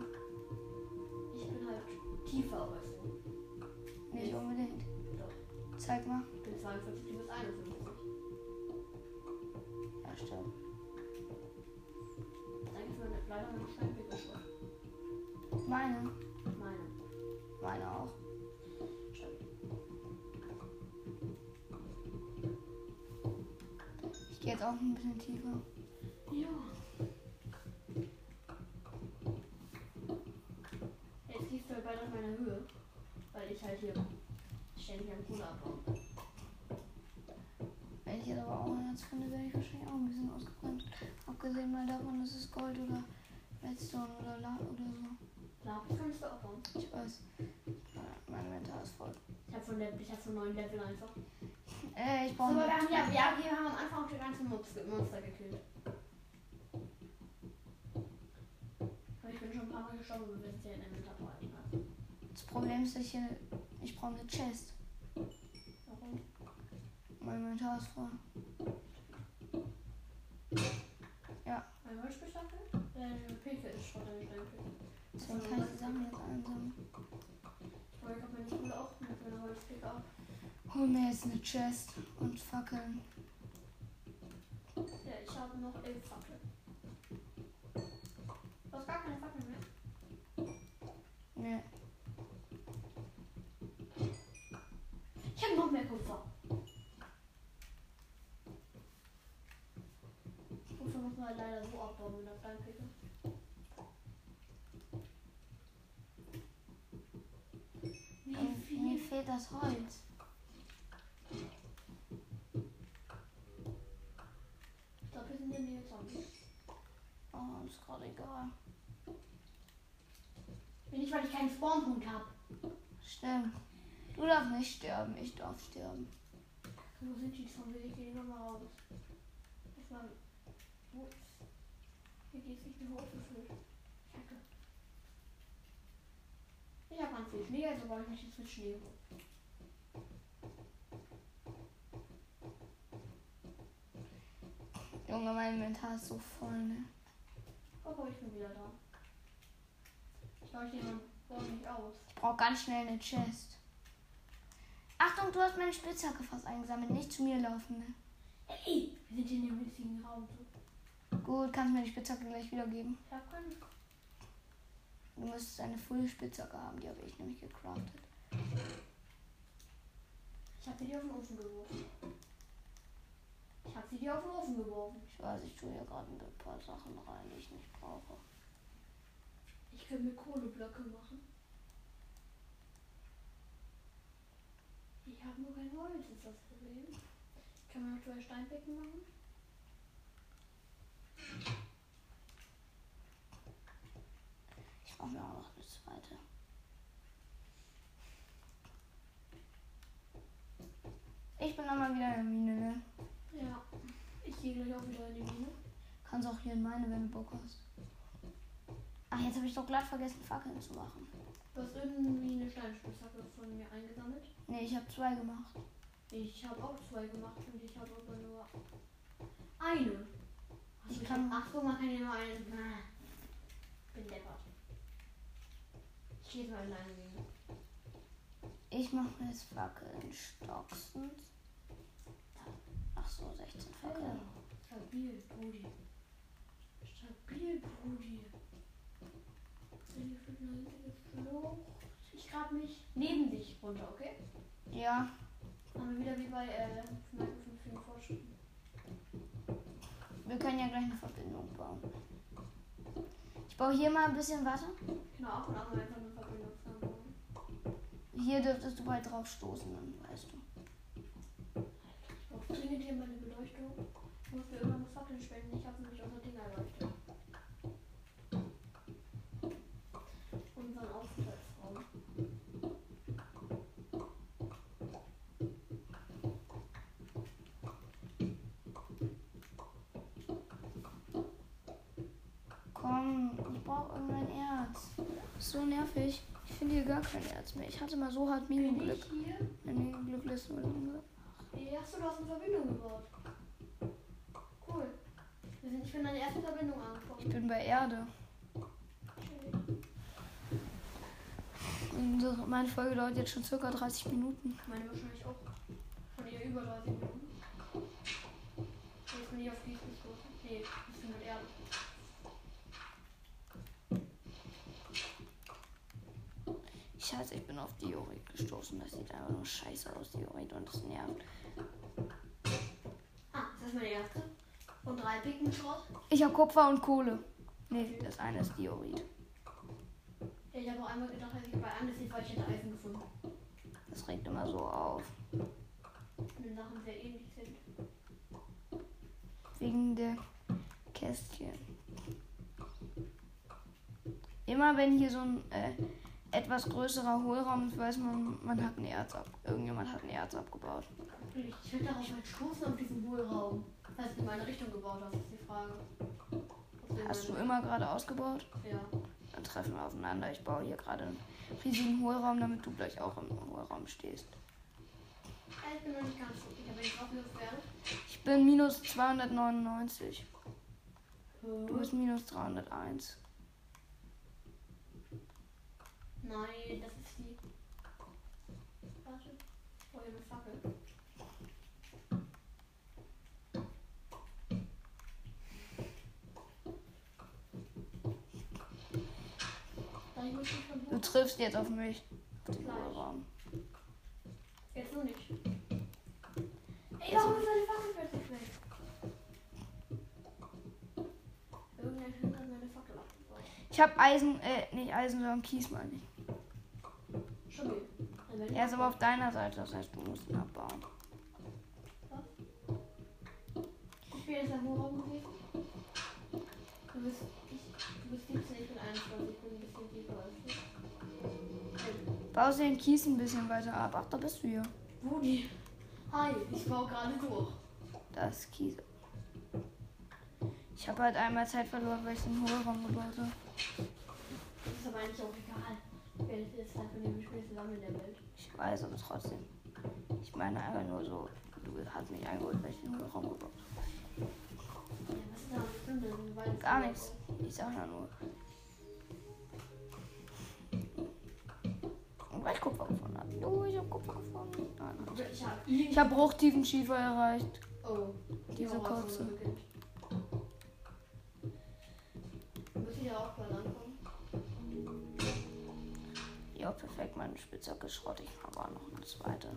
S2: Ich bin halt tiefer als du.
S1: Nicht unbedingt. Zeig mal.
S2: Ich bin 42, du bist 51.
S1: Ja, stimmt.
S2: Eigentlich war das leider noch kein Wickelschritt.
S1: Meine.
S2: Meine.
S1: Meine auch. Ich gehe jetzt auch ein bisschen tiefer.
S2: Ja. Jetzt liegst du halt bald auf meiner Höhe. Weil ich halt hier ständig an Kohle abbaue.
S1: Wenn ich jetzt aber auch ein Herz finde, werde ich wahrscheinlich auch ein bisschen ausgebrannt. Abgesehen mal davon, dass es Gold oder Redstone oder La oder so.
S2: Klar, das kannst du abbauen.
S1: Ich weiß. Äh, Mein Inventar ist voll.
S2: Ich hab von der, ich hab von neuen Level einfach.
S1: Äh, ich
S2: So,
S1: brauche
S2: aber
S1: noch.
S2: wir haben ja, ja, wir haben am Anfang schon ganze Mops- Monster gekillt. Aber ich bin schon ein paar Mal gestorben, wir sind ja in der Metabolik.
S1: Das Problem ist, dass ich hier. Ich brauche eine Chest.
S2: Warum?
S1: Mein Inventar ist voll.
S2: Mein Holzbeschlag? Äh, Pickel ist schon ein Steinpickel.
S1: Deswegen kann ich die Sachen jetzt einsammeln.
S2: Aber ich hab meine Schule auch mit meiner Holzpickel ab.
S1: Hol mir jetzt eine Chest und Fackeln.
S2: Ja, ich habe noch elf Fackeln. Du hast gar keine Fackeln mehr.
S1: Nee.
S2: Ich habe noch mehr Kupfer. Kupfer muss man halt leider so abbauen mit einer Steinpickel. Wie
S1: Und ähm, mir
S2: viel?
S1: fehlt das Holz.
S2: Ich glaube, wir sind in der Nähe Zombies.
S1: Oh, ist gerade egal.
S2: Wenn nicht, weil ich keinen Spawnpunkt habe.
S1: Stimmt. Du darfst nicht sterben, ich darf sterben.
S2: Wo sind die Zombies? Ich gehe nochmal raus. Ich war. Ups. Hier geht's nicht mehr hoch gefüllt. Kacke. Ich habe ganz viel Schnee, also brauche ich nicht jetzt mit Schnee hoch.
S1: Junge, mein Inventar ist so voll, ne?
S2: Oh, ich bin wieder da. Ich glaube, ich nehme meinen nicht aus.
S1: Ich brauche ganz schnell eine Chest. Achtung, du hast meine Spitzhacke fast eingesammelt. Nicht zu mir laufen, ne?
S2: Ey, wir sind hier in dem riesigen Raum. So.
S1: Gut, kannst mir die Spitzhacke gleich wiedergeben.
S2: Ich habe keinen.
S1: Du müsstest eine frühe Spitzhacke haben, die habe ich nämlich gecraftet.
S2: Ich habe sie dir auf den Ofen geworfen. Ich habe sie dir auf den Ofen geworfen.
S1: Ich weiß, ich tue hier gerade ein paar Sachen rein, die ich nicht brauche.
S2: Ich könnte mir Kohleblöcke machen. Ich habe nur kein Holz, ist das Problem. Ich kann mir noch zwei Steinbecken machen.
S1: brauchen wir auch noch eine zweite. Ich bin dann mal wieder in der Mine, ne?
S2: Ja. Ich gehe gleich auch wieder in die Mine.
S1: Kannst auch hier in meine, wenn du Bock hast. Ach, jetzt habe ich doch glatt vergessen, Fackeln zu machen.
S2: Du hast irgendwie eine Steinspitzhacke von mir eingesammelt.
S1: Ne, ich habe zwei gemacht.
S2: Ich habe auch zwei gemacht und ich habe aber nur eine. Ach,
S1: Ich
S2: ich
S1: kann-
S2: kann. Ach, guck mal, kann ich nur einen. Ah, Bin deppert. Ich gehe jetzt mal in deine Mine.
S1: Ich mache mir jetzt Fackeln stocksend. Ach so, 16 Fackeln.
S2: Stabil, Brudi. Stabil, Brudi. Ich bin geflucht. Ich grab mich neben dich runter, okay?
S1: Ja,
S2: Machen wir wieder wie bei äh, Kneipen von vielen Fortschritten.
S1: wir können ja gleich eine Verbindung bauen. Ich baue hier mal ein bisschen Wasser.
S2: Genau, auch und auch mal einfach eine Verbindung zusammenbauen.
S1: Hier dürftest du bald drauf stoßen, dann weißt du.
S2: Ich brauche dringend hier meine Beleuchtung. Ich muss mir irgendwann eine Fackel spenden. Ich habe nämlich unser Ding erleuchtet. Unseren Aufenthaltsraum.
S1: Komm, ich brauche irgendein Erz. So nervig. Ich finde hier gar kein Erz mehr. Ich hatte mal so hart äh,
S2: Bin
S1: Minenglück.
S2: ich hier?
S1: Mein Minenglück lässt nur lange.
S2: Ey, Achso, du hast eine Verbindung gebaut. Cool. Wir sind, ich bin an der ersten Verbindung
S1: Ich
S2: angekommen.
S1: bin bei Erde. Unsere, meine Folge dauert jetzt schon circa 30 Minuten.
S2: Meine wahrscheinlich auch. Von ihr über 30 Minuten. Jetzt bin ich auf Gießen gestoßen. Nee, ich bin mit Erde.
S1: Scheiße, ich bin auf Diorit gestoßen. Das sieht einfach nur scheiße aus, Diorit, und das nervt.
S2: Ah, das ist meine erste. Und drei Picken Schrott.
S1: Ich habe Kupfer und Kohle. Nee, das eine ist Diorit.
S2: Ja, ich habe auch einmal gedacht, dass ich bei Andes nicht, weil ich hätte Eisen gefunden.
S1: Das regt immer so auf.
S2: Wenn Sachen sehr ähnlich sind.
S1: Wegen der Kästchen. Immer wenn hier so ein äh, etwas größerer Hohlraum ist, weiß man, man hat ein Erz ab. Irgendjemand hat ein Erz abgebaut.
S2: Und ich will darauf halt stoßen auf diesen Hohlraum. Das heißt, in meine Richtung gebaut hast, ist die Frage. Ob wir
S1: Hast du
S2: meine-
S1: immer gerade ausgebaut?
S2: Ja.
S1: Dann treffen wir aufeinander. Ich baue hier gerade einen riesigen Hohlraum, damit du gleich auch im Hohlraum stehst.
S2: Ja, Äh, ich bin noch nicht ganz so sicher, wenn ich draufgesetzt werde.
S1: Ich bin minus 299. Du
S2: Hm.
S1: bist minus 301.
S2: Nein, das ist die. Warte. Oh, hier eine Fackel. Da ich muss ich schon
S1: Du
S2: hoch.
S1: triffst jetzt auf mich. Auf den Hohlraum.
S2: Jetzt noch nicht. Ey, warum ist meine Fackel plötzlich weg? Irgendein Hund hat meine Fackel abgebaut.
S1: Ich habe Eisen, äh, nicht Eisen, sondern Kies, meine ich.
S2: Schon wieder. Dann werde ich
S1: Er ist aber auf deiner Seite, das heißt, du musst ihn abbauen.
S2: Ich bin jetzt am Hohlraum gewesen. Du bist, ich, du bist 17, ich bin 21, ich bin ein bisschen tiefer als du. Hey,
S1: Baust den Kies ein bisschen weiter ab. Ach, da bist du hier.
S2: Woody. Hi, ich baue gerade durch.
S1: Da ist Kies. Ich habe halt einmal Zeit verloren, weil ich den Hohlraum gebaut habe.
S2: Das ist aber eigentlich auch egal. Wer das ist, dafür nehme ich mir zusammen in der Welt.
S1: Ich weiß, aber trotzdem. Ich meine einfach nur so, du hast mich eingeholt, weil ich den Hohlraum gebaut habe.
S2: Ja, was ist da mit drin? Das ist ein Wald-
S1: Gar nichts. Ich sag ja nur. Und weil ich Kupfer gefunden habe. Jo, ich habe Kupfer gefunden. Nein, nein.
S2: Ich habe ihn.
S1: Ich habe Bruchtiefenschiefer erreicht.
S2: Oh,
S1: Diese
S2: Horrorzone
S1: Kotze.
S2: beginnt. Muss ich ja auch bald ankommen.
S1: Ja, perfekt, meine Spitzhacke ist Schrott. Ich habe auch noch eine zweite.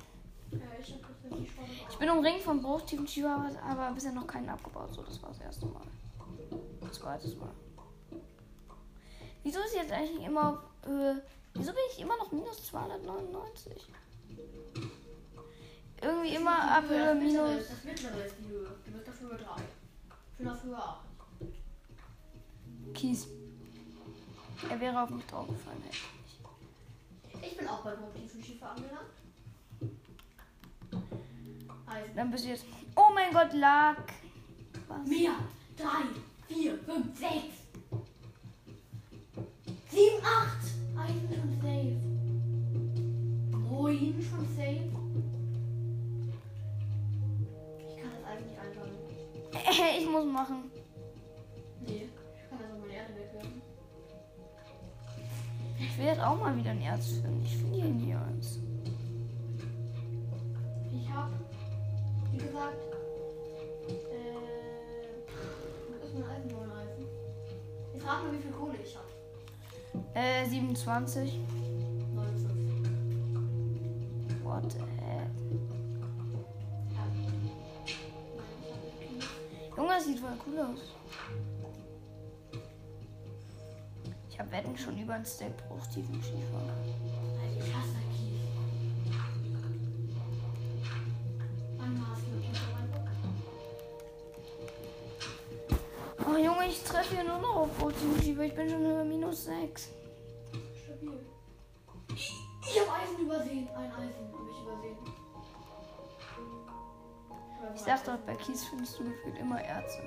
S2: Ja, ich habe das wirklich schon gemacht.
S1: Ich bin umringt von Bruchtiefen Schieber, aber bisher noch keinen abgebaut. So, das war das erste Mal. Zweites Mal. Wieso ist jetzt eigentlich immer auf Höhe. Wieso bin ich immer noch minus 299? Irgendwie immer ab
S2: Das
S1: Höhe
S2: mittlere ist-
S1: minus.
S2: Das mittlere ist die Höhe. Du bist auf Höhe 3. Ich bin auf Höhe 8.
S1: Kies. Er wäre auf mich draufgefallen. Hätte. ich nicht.
S2: Ich bin auch bei Rotin Schiefer angelangt. Also,
S1: Dann bist du jetzt. Oh mein Gott, lag. Was?
S2: mehr. Drei, vier, fünf, sechs. Sieben, acht. Eisen schon safe. Ruin schon safe. Ich kann das eigentlich einbauen.
S1: Äh, Ich muss machen.
S2: Nee, ich kann also meine Erde wegwerfen.
S1: Ich will jetzt auch mal wieder ein Erz finden. Ich finde hier nie eins.
S2: Ich habe, wie gesagt, äh, was ist mein Eisenbohreneisen? Jetzt rat mal, wie viel Kohle ich habe.
S1: Äh, 27.
S2: 59.
S1: What the heck?
S2: Ja. Nein, ich habe nicht.
S1: Junge, das sieht voll cool aus. Ich habe Wetten schon über ein Stack pro Steven Schiefer.
S2: Alter, ich hasse Kiel. Mein Maß wird nicht verwandt.
S1: Oh Junge, ich treffe hier nur noch auf pro Steven Schiefer. Ich bin schon über minus 6.
S2: Stabil. Ich habe Eisen übersehen. Ein Eisen habe ich übersehen.
S1: Ich sag doch, bei Kies findest du gefühlt immer Erze.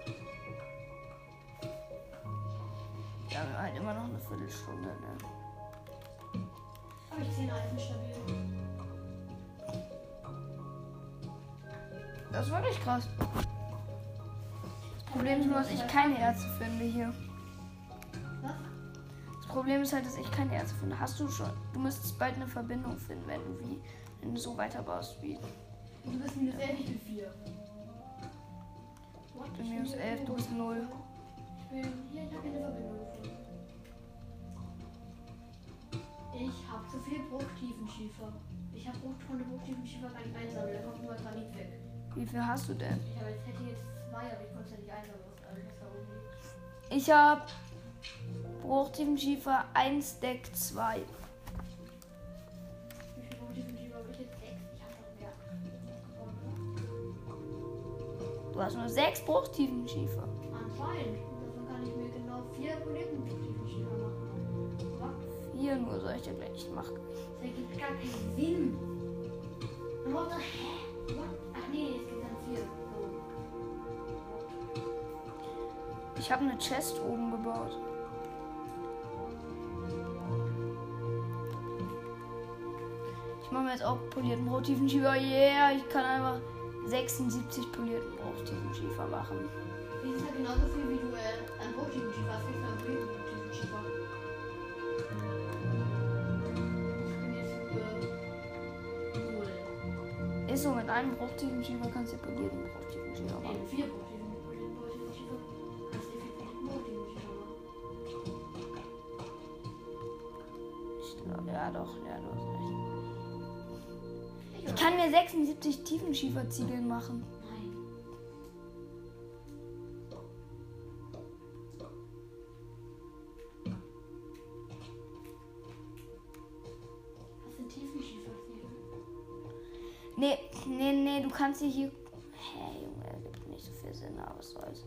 S1: Wir haben halt immer noch eine Viertelstunde, ne?
S2: Habe ich 10 Eisen stabil.
S1: Das war wirklich krass. Das Problem ist nur, dass ich keine Erze finde hier.
S2: Was?
S1: Das Problem ist halt, dass ich keine Erze finde. Hast du schon? Du müsstest bald eine Verbindung finden, wenn du wie wenn du so weiterbaust wie
S2: Du bist minus 11, ich bin 4.
S1: Ich bin minus 11, du bist 0.
S2: Ich bin hier, ich habe hier eine Verbindung gefunden. Ich habe zu viel Bruchtiefenschiefer. Ich habe Bruch von der Bruchtiefenschiefer gar nicht einsammeln, da kommt nur Granit weg.
S1: Wie viel hast du denn?
S2: Ich habe jetzt hätte jetzt zwei, aber ich konnte es ja nicht einsammeln. Also das war irgendwie.
S1: Ich habe Bruchtiefenschiefer 1 Deck 2.
S2: Wie viel Bruchtiefenschiefer habe ich jetzt? Sechs? Ich habe noch mehr. Aber
S1: Du hast nur 6 Bruchtiefenschiefer.
S2: Anscheinend. Davon kann ich mir genau vier Kollegen Bruchtiefenschiefer machen. Aber
S1: 4 nur solche gleich. Ich mach
S2: Das ergibt gar keinen Sinn. Man braucht doch, hä? What? Ach nee, es gibt dann vier. Oh.
S1: Ich habe eine Chest oben gebaut. Ich mache mir jetzt auch polierten Brottiefenschiefer. Yeah, ich kann einfach 76 polierten Brottiefenschiefer machen.
S2: Das ist halt genauso viel, wie du äh, an Brotschiefer hast. Kriegst du an Brotschiefer. Ich bin jetzt für null.
S1: Ist so, mit einem Brottiefenschiefer kannst du polierten Brottiefenschiefer
S2: Nee,
S1: machen.
S2: mit vier Brotschiefer. Brotschiefer. Kannst du dir viel Brotschiefer machen?
S1: Ich glaub, ja doch, ja, du hast recht.
S2: Ich
S1: Ich
S2: oder?
S1: kann mir 76 Tiefenschieferziegeln machen.
S2: Nein. Was sind Tiefenschiefer?
S1: Nee, nee, nee, du kannst dir hier. Hä, Junge, ergibt nicht so viel Sinn, aber was soll's.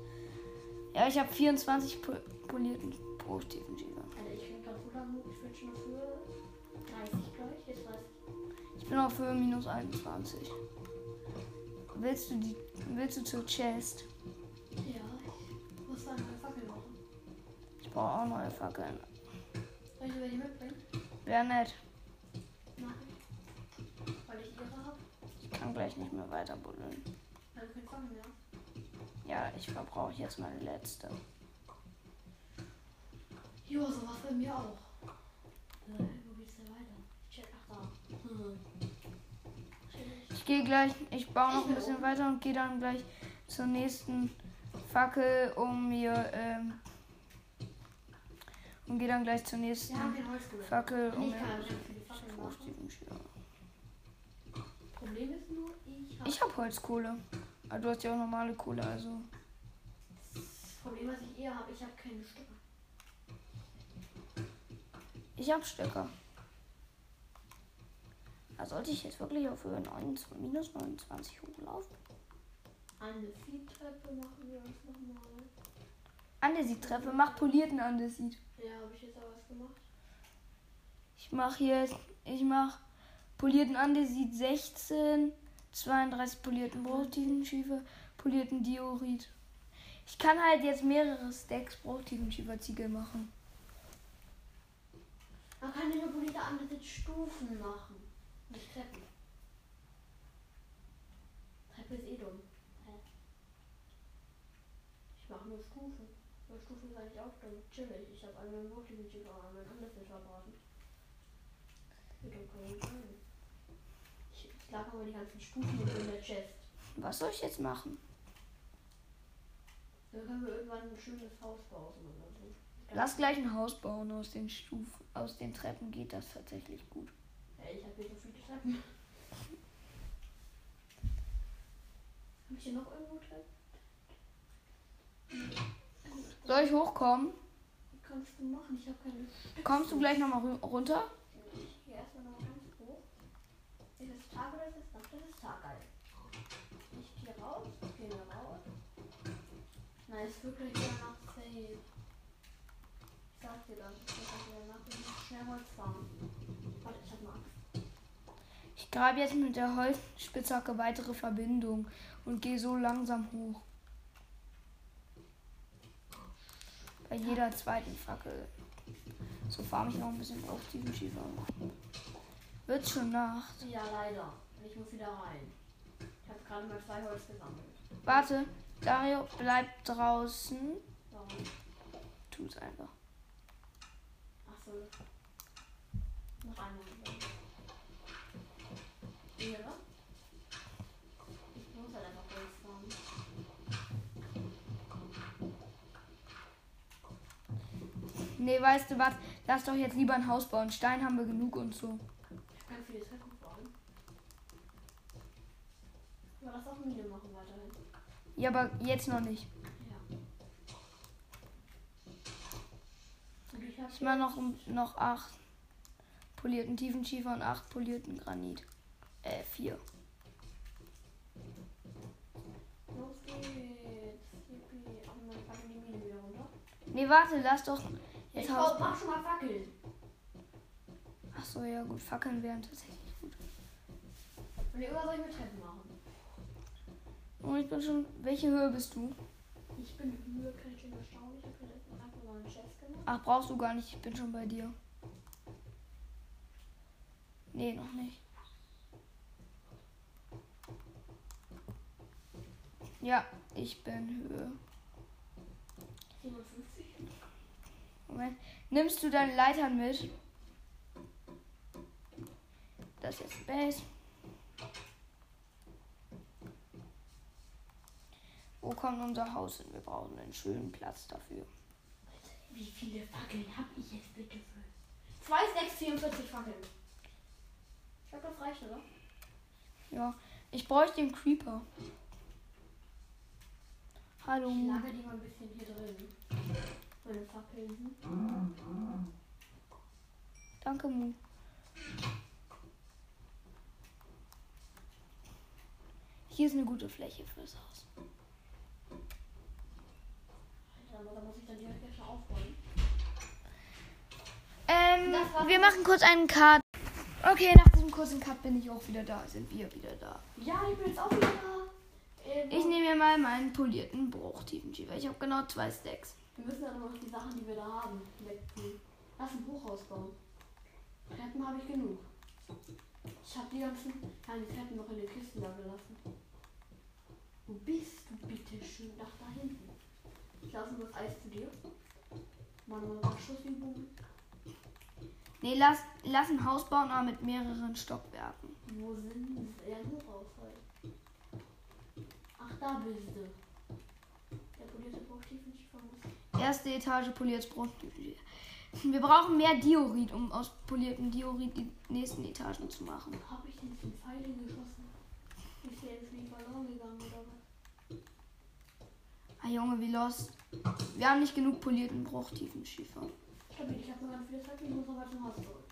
S1: Ja, ich habe 24 pol polierten Brottiefenschiefer.
S2: Also ich bin gerade Rudermut, ich bin schon für 30 gleich, jetzt weiß ich.
S1: Ich bin auf Höhe minus 21. Willst du die. Willst du zur Chest?
S2: Ja, ich muss halt da eine neue Fackel machen.
S1: Ich brauche auch neue Fackeln.
S2: Soll ich die bei dir mitbringen?
S1: Wär nett.
S2: Nein. Weil ich ihre habe,
S1: Ich kann gleich nicht mehr weiter buddeln.
S2: dann können Fackeln mehr.
S1: Ja, ich verbrauche jetzt meine letzte.
S2: Jo, so war's bei mir auch. Äh, wo geht's denn weiter? Ich check nach da. Hm. Chillig.
S1: Ich gehe gleich. Ich baue noch ein bisschen weiter und gehe dann gleich zur nächsten Fackel, um mir. Ähm, und gehe dann gleich zur
S2: Wir haben
S1: nächsten
S2: kein Holzkohle.
S1: Fackel, um
S2: Ich
S1: mir.
S2: kann ganz viele Fackeln machen.
S1: Brottiefenschiefer.
S2: Problem ist nur, ich habe.
S1: Ich habe Holzkohle. Aber du hast ja auch normale Kohle, also.
S2: Das Problem, was ich eher habe, ich habe keine Stöcke.
S1: Ich hab Stöcker. Da sollte ich jetzt wirklich auf Höhe 29, minus 29 hochlaufen.
S2: Eine Viehtreppe machen wir uns nochmal.
S1: Andesit treffe, mach polierten Andesit.
S2: Ja, habe ich jetzt aber was gemacht.
S1: Ich mach hier, ich mach polierten Andesit 16, 32 polierten Bruchtiefenschiefer, polierten Diorit. Ich kann halt jetzt mehrere Stacks Bruchtiefenschieferziegel machen.
S2: Man kann den Polite andere Stufen machen. Nicht Treppen. Treppe ist eh dumm. Hä? Ich mache nur Stufen. Nur Stufen ist eigentlich auch dumm. Chillig. Ich habe einmal einen Wurflichen Chip aber einmal anders nicht verbraten. Wie dumm kann man sein? Ich, ich lag aber die ganzen Stufen mit in der Chest.
S1: Was soll ich jetzt machen?
S2: Dann können wir irgendwann ein schönes Haus bauen oder so.
S1: Lass gleich ein Haus bauen aus den Stufen, aus den Treppen geht das tatsächlich gut.
S2: Ja, ich habe hier so viele Treppen. Hab ich hier noch irgendwo Treppen?
S1: Soll ich hochkommen?
S2: Was Also, kannst du machen? Ich habe keine.
S1: Kommst du gleich nochmal rü- runter?
S2: Ich gehe erstmal noch ganz hoch. Ist es Tag oder ist es Nacht? Das ist Tag, geil. Ich gehe raus, ich gehe wieder raus. Nein, es wird gleich wieder Nacht safe. Ich sag dir das, es wird gleich wieder Nacht. Ich muss schnell Holz fahren. Warte, ich hab mal Angst.
S1: Ich grabe jetzt mit der Holzspitzhacke weitere Verbindung und gehe so langsam hoch. Bei jeder zweiten Fackel. So farm ich noch ein bisschen auf diesen Schiefer. Wird schon Nacht.
S2: Ja, leider. Ich muss wieder rein. Ich habe gerade mal zwei Holz gesammelt.
S1: Warte, Dario bleibt draußen.
S2: Warum?
S1: Tu's einfach.
S2: Achso. Noch einmal. Ihre? Ich muss halt einfach Holz fahren.
S1: Nee, weißt du was? Lass doch jetzt lieber ein Haus bauen. Stein haben wir genug und so.
S2: Ich kann viele Treppen fahren. Aber das auch müde machen weiterhin.
S1: Ja, aber jetzt noch nicht.
S2: Ja. Und ich
S1: Ich
S2: habe
S1: mache noch, noch acht polierten Tiefenschiefer und acht polierten Granit. Äh, vier.
S2: Los geht's. Yippie. Ach, dann fangen die Mine wieder runter.
S1: Nee, warte, lass doch
S2: Ich
S1: jetzt
S2: baue-
S1: Haus.
S2: mach schon mal Fackeln.
S1: Ach so, ja gut, Fackeln wären tatsächlich gut.
S2: Und irgendwann soll ich mit Treppen machen.
S1: Und Oh, ich bin schon. Welche Höhe bist du?
S2: Ich bin Höhe, kann ich immer schauen. Ich habe hier letzten Tag mal einen Chef gemacht.
S1: Ach, brauchst du gar nicht, ich bin schon bei dir. Nee, noch nicht. Ja, ich bin Höhe.
S2: 57.
S1: Moment. Nimmst du deine Leitern mit? Das ist jetzt Space. Wo kommt unser Haus hin? Wir brauchen einen schönen Platz dafür.
S2: Wie viele Fackeln habe ich jetzt bitte für? 2, 6, 44 Fackeln. Ich glaube, das reicht, oder?
S1: Ja, ich bräuchte den Creeper. Hallo.
S2: Ich lager die mal ein bisschen hier drin. Meine Fackeln. Hm?
S1: Danke, Mu. Hier ist eine gute Fläche fürs Haus.
S2: Alter, aber da muss ich dann direkt erstmal aufräumen.
S1: Ähm,
S2: Das war's.
S1: wir machen kurz einen Cut. Okay, nach diesem kurzen Cut bin ich auch wieder da. Sind wir wieder da.
S2: Ja, ich bin jetzt auch wieder da. Ähm,
S1: Ich nehme mir mal meinen polierten Bruchtiefenschiefer. Ich habe genau zwei Stacks.
S2: wir müssen dann aber noch die Sachen, die wir da haben, wegziehen. Lass ein Hochhaus bauen. Treppen habe ich genug. Ich habe die ganzen kleinen Treppen noch in den Kisten da gelassen. Wo bist du bitte schön? Ach, da hinten. Ich lasse nur das Eis zu dir. Machen wir noch Schussübungen.
S1: Nee, lass, lass ein Haus bauen, aber mit mehreren Stockwerken.
S2: Wo sind sie? Ja, Hochhaus halt. Ach, da bist du. Der polierte Bruchtiefenschiefer muss.
S1: Erste Etage poliertes Bruchtiefenschiefer. Wir brauchen mehr Diorit, um aus poliertem Diorit die nächsten Etagen zu machen.
S2: Wo hab ich denn zum Pfeil geschossen? Ist der jetzt nicht verloren gegangen oder was?
S1: Ah Junge, wie lost. Wir haben nicht genug polierten Bruchtiefenschiefer.
S2: Stabil, ich hab noch ganz viele Treppen, ich muss noch mal zum Haus zurück.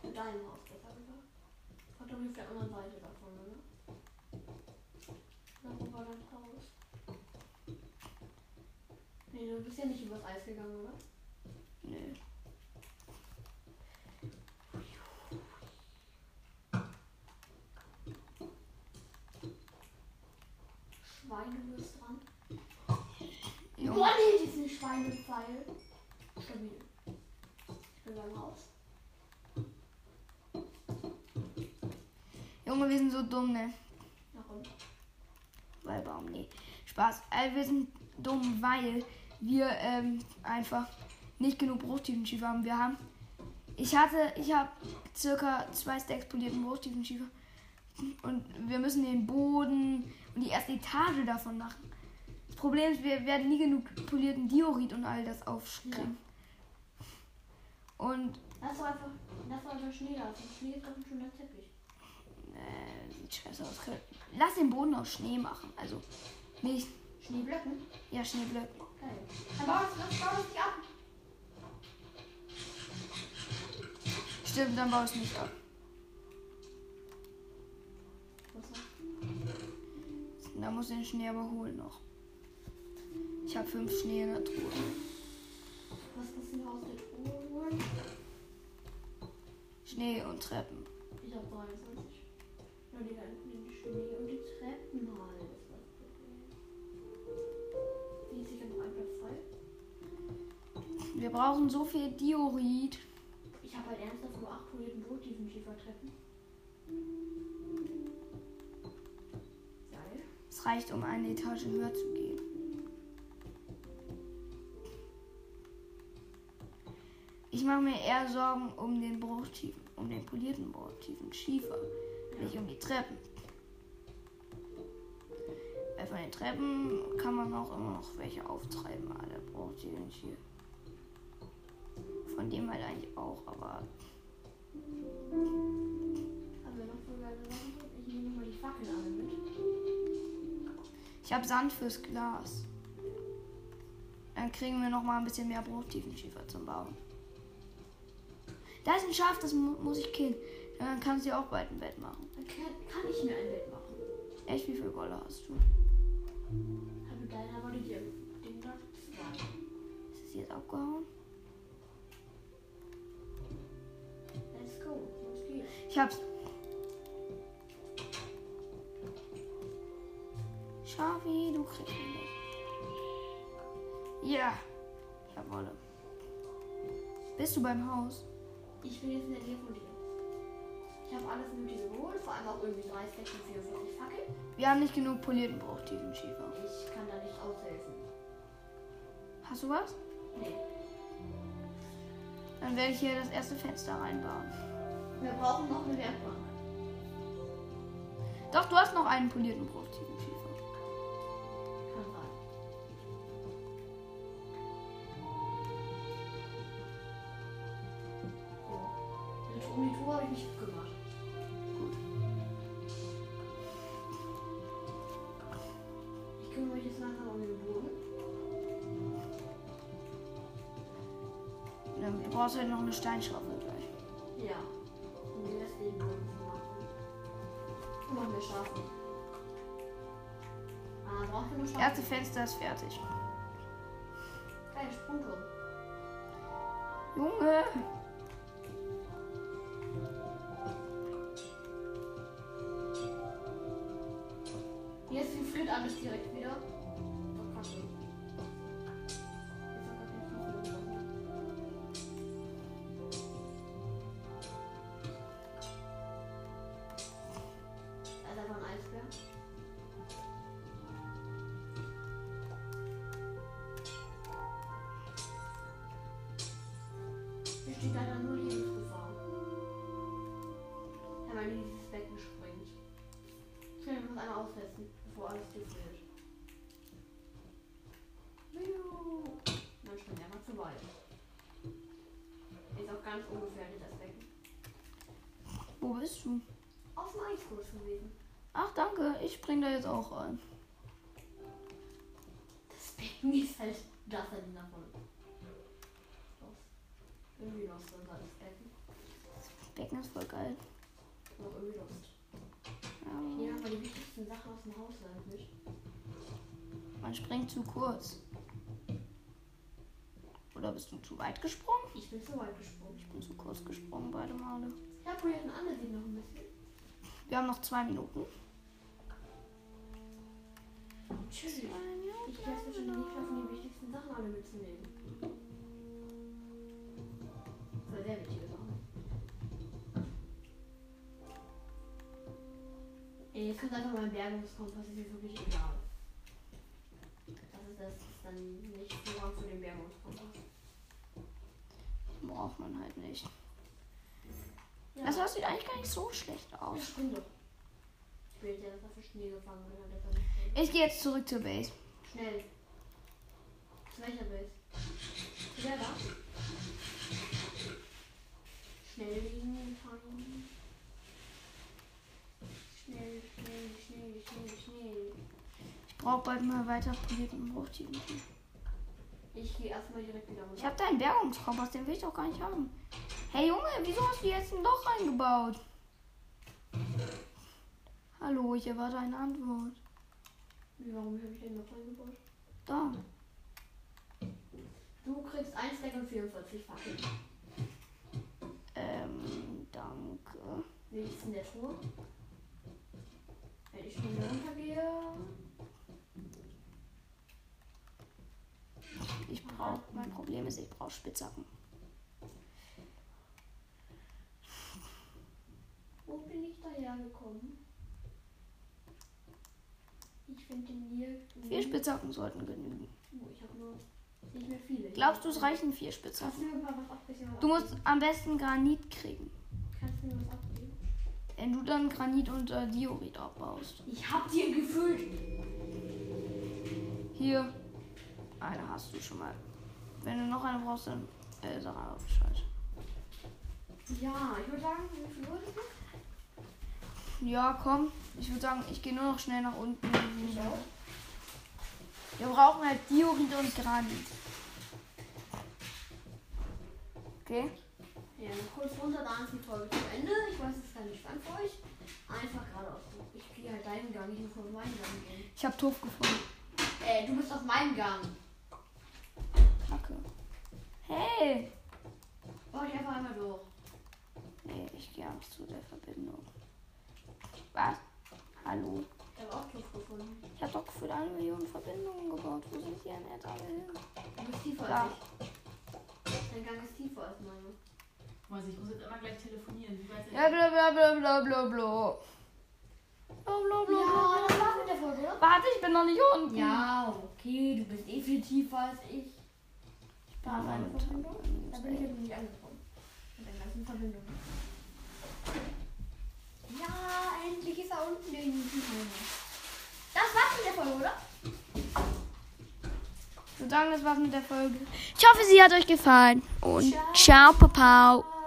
S2: Zu deinem Haus, besser gesagt. Hat doch auf der ne? anderen Seite davon, oder? Da wo war dein Haus? Nee, du bist ja nicht übers Eis gegangen, oder?
S1: Nö.
S2: Schweine, du bist dran.
S1: Junge.
S2: Boah, nee, diesen Schweinepfeil. Stabil. Ich bin beim Haus.
S1: Junge, wir sind so dumm, ne?
S2: Warum?
S1: Weil warum nee? Spaß. Äh, wir sind dumm, weil wir ähm, einfach nicht genug Bruchtiefenschiefer haben. Wir haben. Ich hatte, ich habe circa zwei Stacks polierten Bruchtiefenschiefer. Und wir müssen den Boden und die erste Etage davon machen. Das Problem ist, wir werden nie genug polierten Diorit und all das aufschreiben. Und
S2: Lass doch einfach, lass doch einfach Schnee da. Zum Schnee ist doch ein schöner Teppich.
S1: äh, sieht scheiße aus. Lass den Boden aus Schnee machen. Also nicht,
S2: Schneeblöcken?
S1: ja, Schneeblöcke.
S2: Geil. Dann bau das, das, bau das nicht ab.
S1: Stimmt, dann baue ich nicht ab.
S2: Was noch?
S1: Da muss ich den Schnee aber holen noch. Ich habe fünf Schnee in der Truhe.
S2: Was kannst du denn aus der Truhe holen?
S1: Schnee und Treppen.
S2: Ich hab 23. Nur die ganzen Schnee und die Treppen halt. Das ist das Problem. Die ist sicher noch ein Platz frei.
S1: Wir brauchen so viel Diorit.
S2: Ich habe halt ernsthaft nur 8 polierten Brottiefenschiefertreppen. Geil.
S1: Es reicht, um eine Etage höher zu gehen. Ich mache mir eher Sorgen um den Bruchtiefen, um den polierten Bruchtiefen Schiefer, nicht um die Treppen. Weil von den Treppen kann man auch immer noch welche auftreiben, Ah, aber der Bruchtiefen Schiefer. Von dem halt eigentlich auch, aber
S2: Haben wir noch so geile Sachen drin? Ich nehme nochmal die Fackel alle mit.
S1: ich habe Sand fürs Glas. Dann kriegen wir noch mal ein bisschen mehr Bruchtiefenschiefer zum Bauen. Da ist ein Schaf, das mu muss ich killen. Dann kannst du ja auch bald ein Bett machen.
S2: Dann kann, kann ich mir ein Bild machen.
S1: Echt, wie viel Wolle hast du?
S2: Habe deiner wurde dir den Tag zwei.
S1: Ist es jetzt abgehauen?
S2: Let's go. Los geht's.
S1: Ich hab's. Schafi, du kriegst ihn nicht. Ja, ich hab Wolle. Bist du beim Haus?
S2: Ich bin jetzt in der Nähe von dir. Ich habe alles Mögliche geholt, vor allem auch irgendwie 3 Stacks bzw. Fackel.
S1: Wir haben nicht genug polierten Bruchtiefenschiefer.
S2: Ich kann da nicht aushelfen.
S1: Hast du was?
S2: Nee.
S1: Dann werde ich hier das erste Fenster reinbauen.
S2: Wir brauchen noch eine Werkbank.
S1: Doch, du hast noch einen polierten Bruchtiefenschiefer.
S2: Kann sein. So. Also Um die Tour habe ich mich gemacht. Ich kümmere mich jetzt langsam um den Boden.
S1: Dann brauchst du halt noch eine Steinschaufel gleich.
S2: Ja. Um den restlichen Boden zu machen. Und machen wir Schafe. Ah, brauchen wir noch
S1: Das
S2: Schafe?
S1: erste Fenster ist fertig.
S2: Geil, Sprungturm.
S1: Junge!
S2: Jetzt friert alles direkt wieder. Doch, kannst du. Jetzt hat gar kein Knopf mehr. Da ist einfach ein Eisbär. Hier steht leider nur Lebensgefahr. Wenn man in dieses Becken springt. Schön, ich muss einmal aufsetzen, bevor alles durchfällt. Juhu. Dann springt einmal zu weit. Ist auch ganz ungefährlich, das Becken.
S1: Wo bist du?
S2: Auf dem Eiskurs gewesen.
S1: Ach, danke. Ich spring da jetzt auch rein.
S2: Das Becken ist halt das halt davon. Los. Irgendwie lost unser das Becken.
S1: Becken ist voll geil.
S2: Noch irgendwie lost. Ich
S1: Ja,
S2: nehme einfach die wichtigsten Sachen aus dem Haus halt mit.
S1: man springt zu kurz. Oder bist du zu weit gesprungen?
S2: Ich bin zu weit gesprungen.
S1: Ich bin zu kurz gesprungen beide Male.
S2: Ja, probiert ein anderes Lied noch ein bisschen.
S1: Wir haben noch zwei Minuten.
S2: Tschüss. Ich werde es schon nicht schaffen, die wichtigsten Sachen alle mitzunehmen. Oder sehr wichtige Sachen. Ey, Ihr könnt einfach mal in Bergungskompass, das ist mir wirklich egal. Das ist, das ist dann nicht Vorrang für den Bergungskompass.
S1: Braucht man halt nicht.
S2: Ja.
S1: Das sieht eigentlich gar nicht so schlecht
S2: Ich
S1: aus.
S2: spring doch. Ich will jetzt ja, dass er für Schnee gefangen wird. und dass er nicht fällt.
S1: Ich gehe jetzt zurück zur Base.
S2: Schnell. Zu welcher Base? Zu der da? Schnell liegen gefangen. Schnell, schnell, schnell, schnell, schnell.
S1: Ich brauche bald mal weiter polierten Bruchtigen.
S2: Ich gehe erstmal direkt wieder runter.
S1: Ich habe da einen Bergungskompass, den will ich doch gar nicht haben. Hey Junge, wieso hast du jetzt ein Loch reingebaut? Hallo, ich erwarte eine Antwort.
S2: Wie, Warum habe ich den noch reingebaut?
S1: Da.
S2: Du kriegst 1 Stack und 44 Fackeln.
S1: Ähm, danke.
S2: Wie ist denn der Schuh? Wenn ich schon wieder runtergehe.
S1: Ich brauche, mein Problem ist, ich brauche Spitzhacken.
S2: Wo bin ich dahergekommen? Ich finde den hier.
S1: Vier Spitzhacken sollten genügen.
S2: Oh, ich habe nur nicht mehr viele.
S1: Glaubst du, es reichen vier
S2: Kannst
S1: Spitzhacken?
S2: du mir mal was abgeben?
S1: Du musst am besten Granit kriegen.
S2: Kannst du mir was abgeben?
S1: Wenn du dann Granit und äh, Diorit abbaust.
S2: Ich hab dir gefüllt.
S1: Hier. Eine hast du schon mal. Wenn du noch eine brauchst, dann äh, sag einfach Bescheid.
S2: Ja, ich würde sagen, wie viel Uhr ist es?
S1: Ja, komm. Ich würde sagen, ich gehe nur noch schnell nach unten.
S2: Ich auch.
S1: Wir brauchen halt Diorit und Granit. Okay.
S2: Ja, noch kurz runter, da ist die Folge zu Ende. Ich weiß, es ist gar nicht spannend für euch. Einfach geradeaus. Ich gehe halt deinen Gang, ich muss auf meinen Gang gehen.
S1: Ich habe Torf gefunden.
S2: Äh, du bist auf meinem Gang.
S1: Kacke. Hey!
S2: Brauch Oh, ich einfach einmal durch.
S1: Nee, ich gehe einfach zu der Verbindung. Was? Hallo?
S2: Ich habe auch Topf gefunden.
S1: Ich habe doch gefühlt eine Million Verbindungen gebaut. Wo sind die denn jetzt alle hin?
S2: Du bist tiefer
S1: Ja.
S2: als ich. Dein Gang ist tiefer als meiner.
S3: Weiß ich, ich muss jetzt immer gleich telefonieren. Ich weiß
S1: Ja, bla bla bla bla bla bla. Bla bla bla.
S2: Ja,
S1: bla,
S2: das
S1: bla.
S2: war's mit der Folge, oder?
S1: Warte, ich bin noch nicht unten.
S2: Ja, okay, du bist eh viel tiefer als ich.
S1: Ich war meine
S2: Da bin ich jetzt nicht angekommen. Mit der ganzen Verbindung. Ja, endlich ist er unten in Mülheim. Das war's mit der Folge, oder?
S1: Ich würde sagen, das war's mit der Folge. Ich hoffe, sie hat euch gefallen. Und ciao, ciao Papau.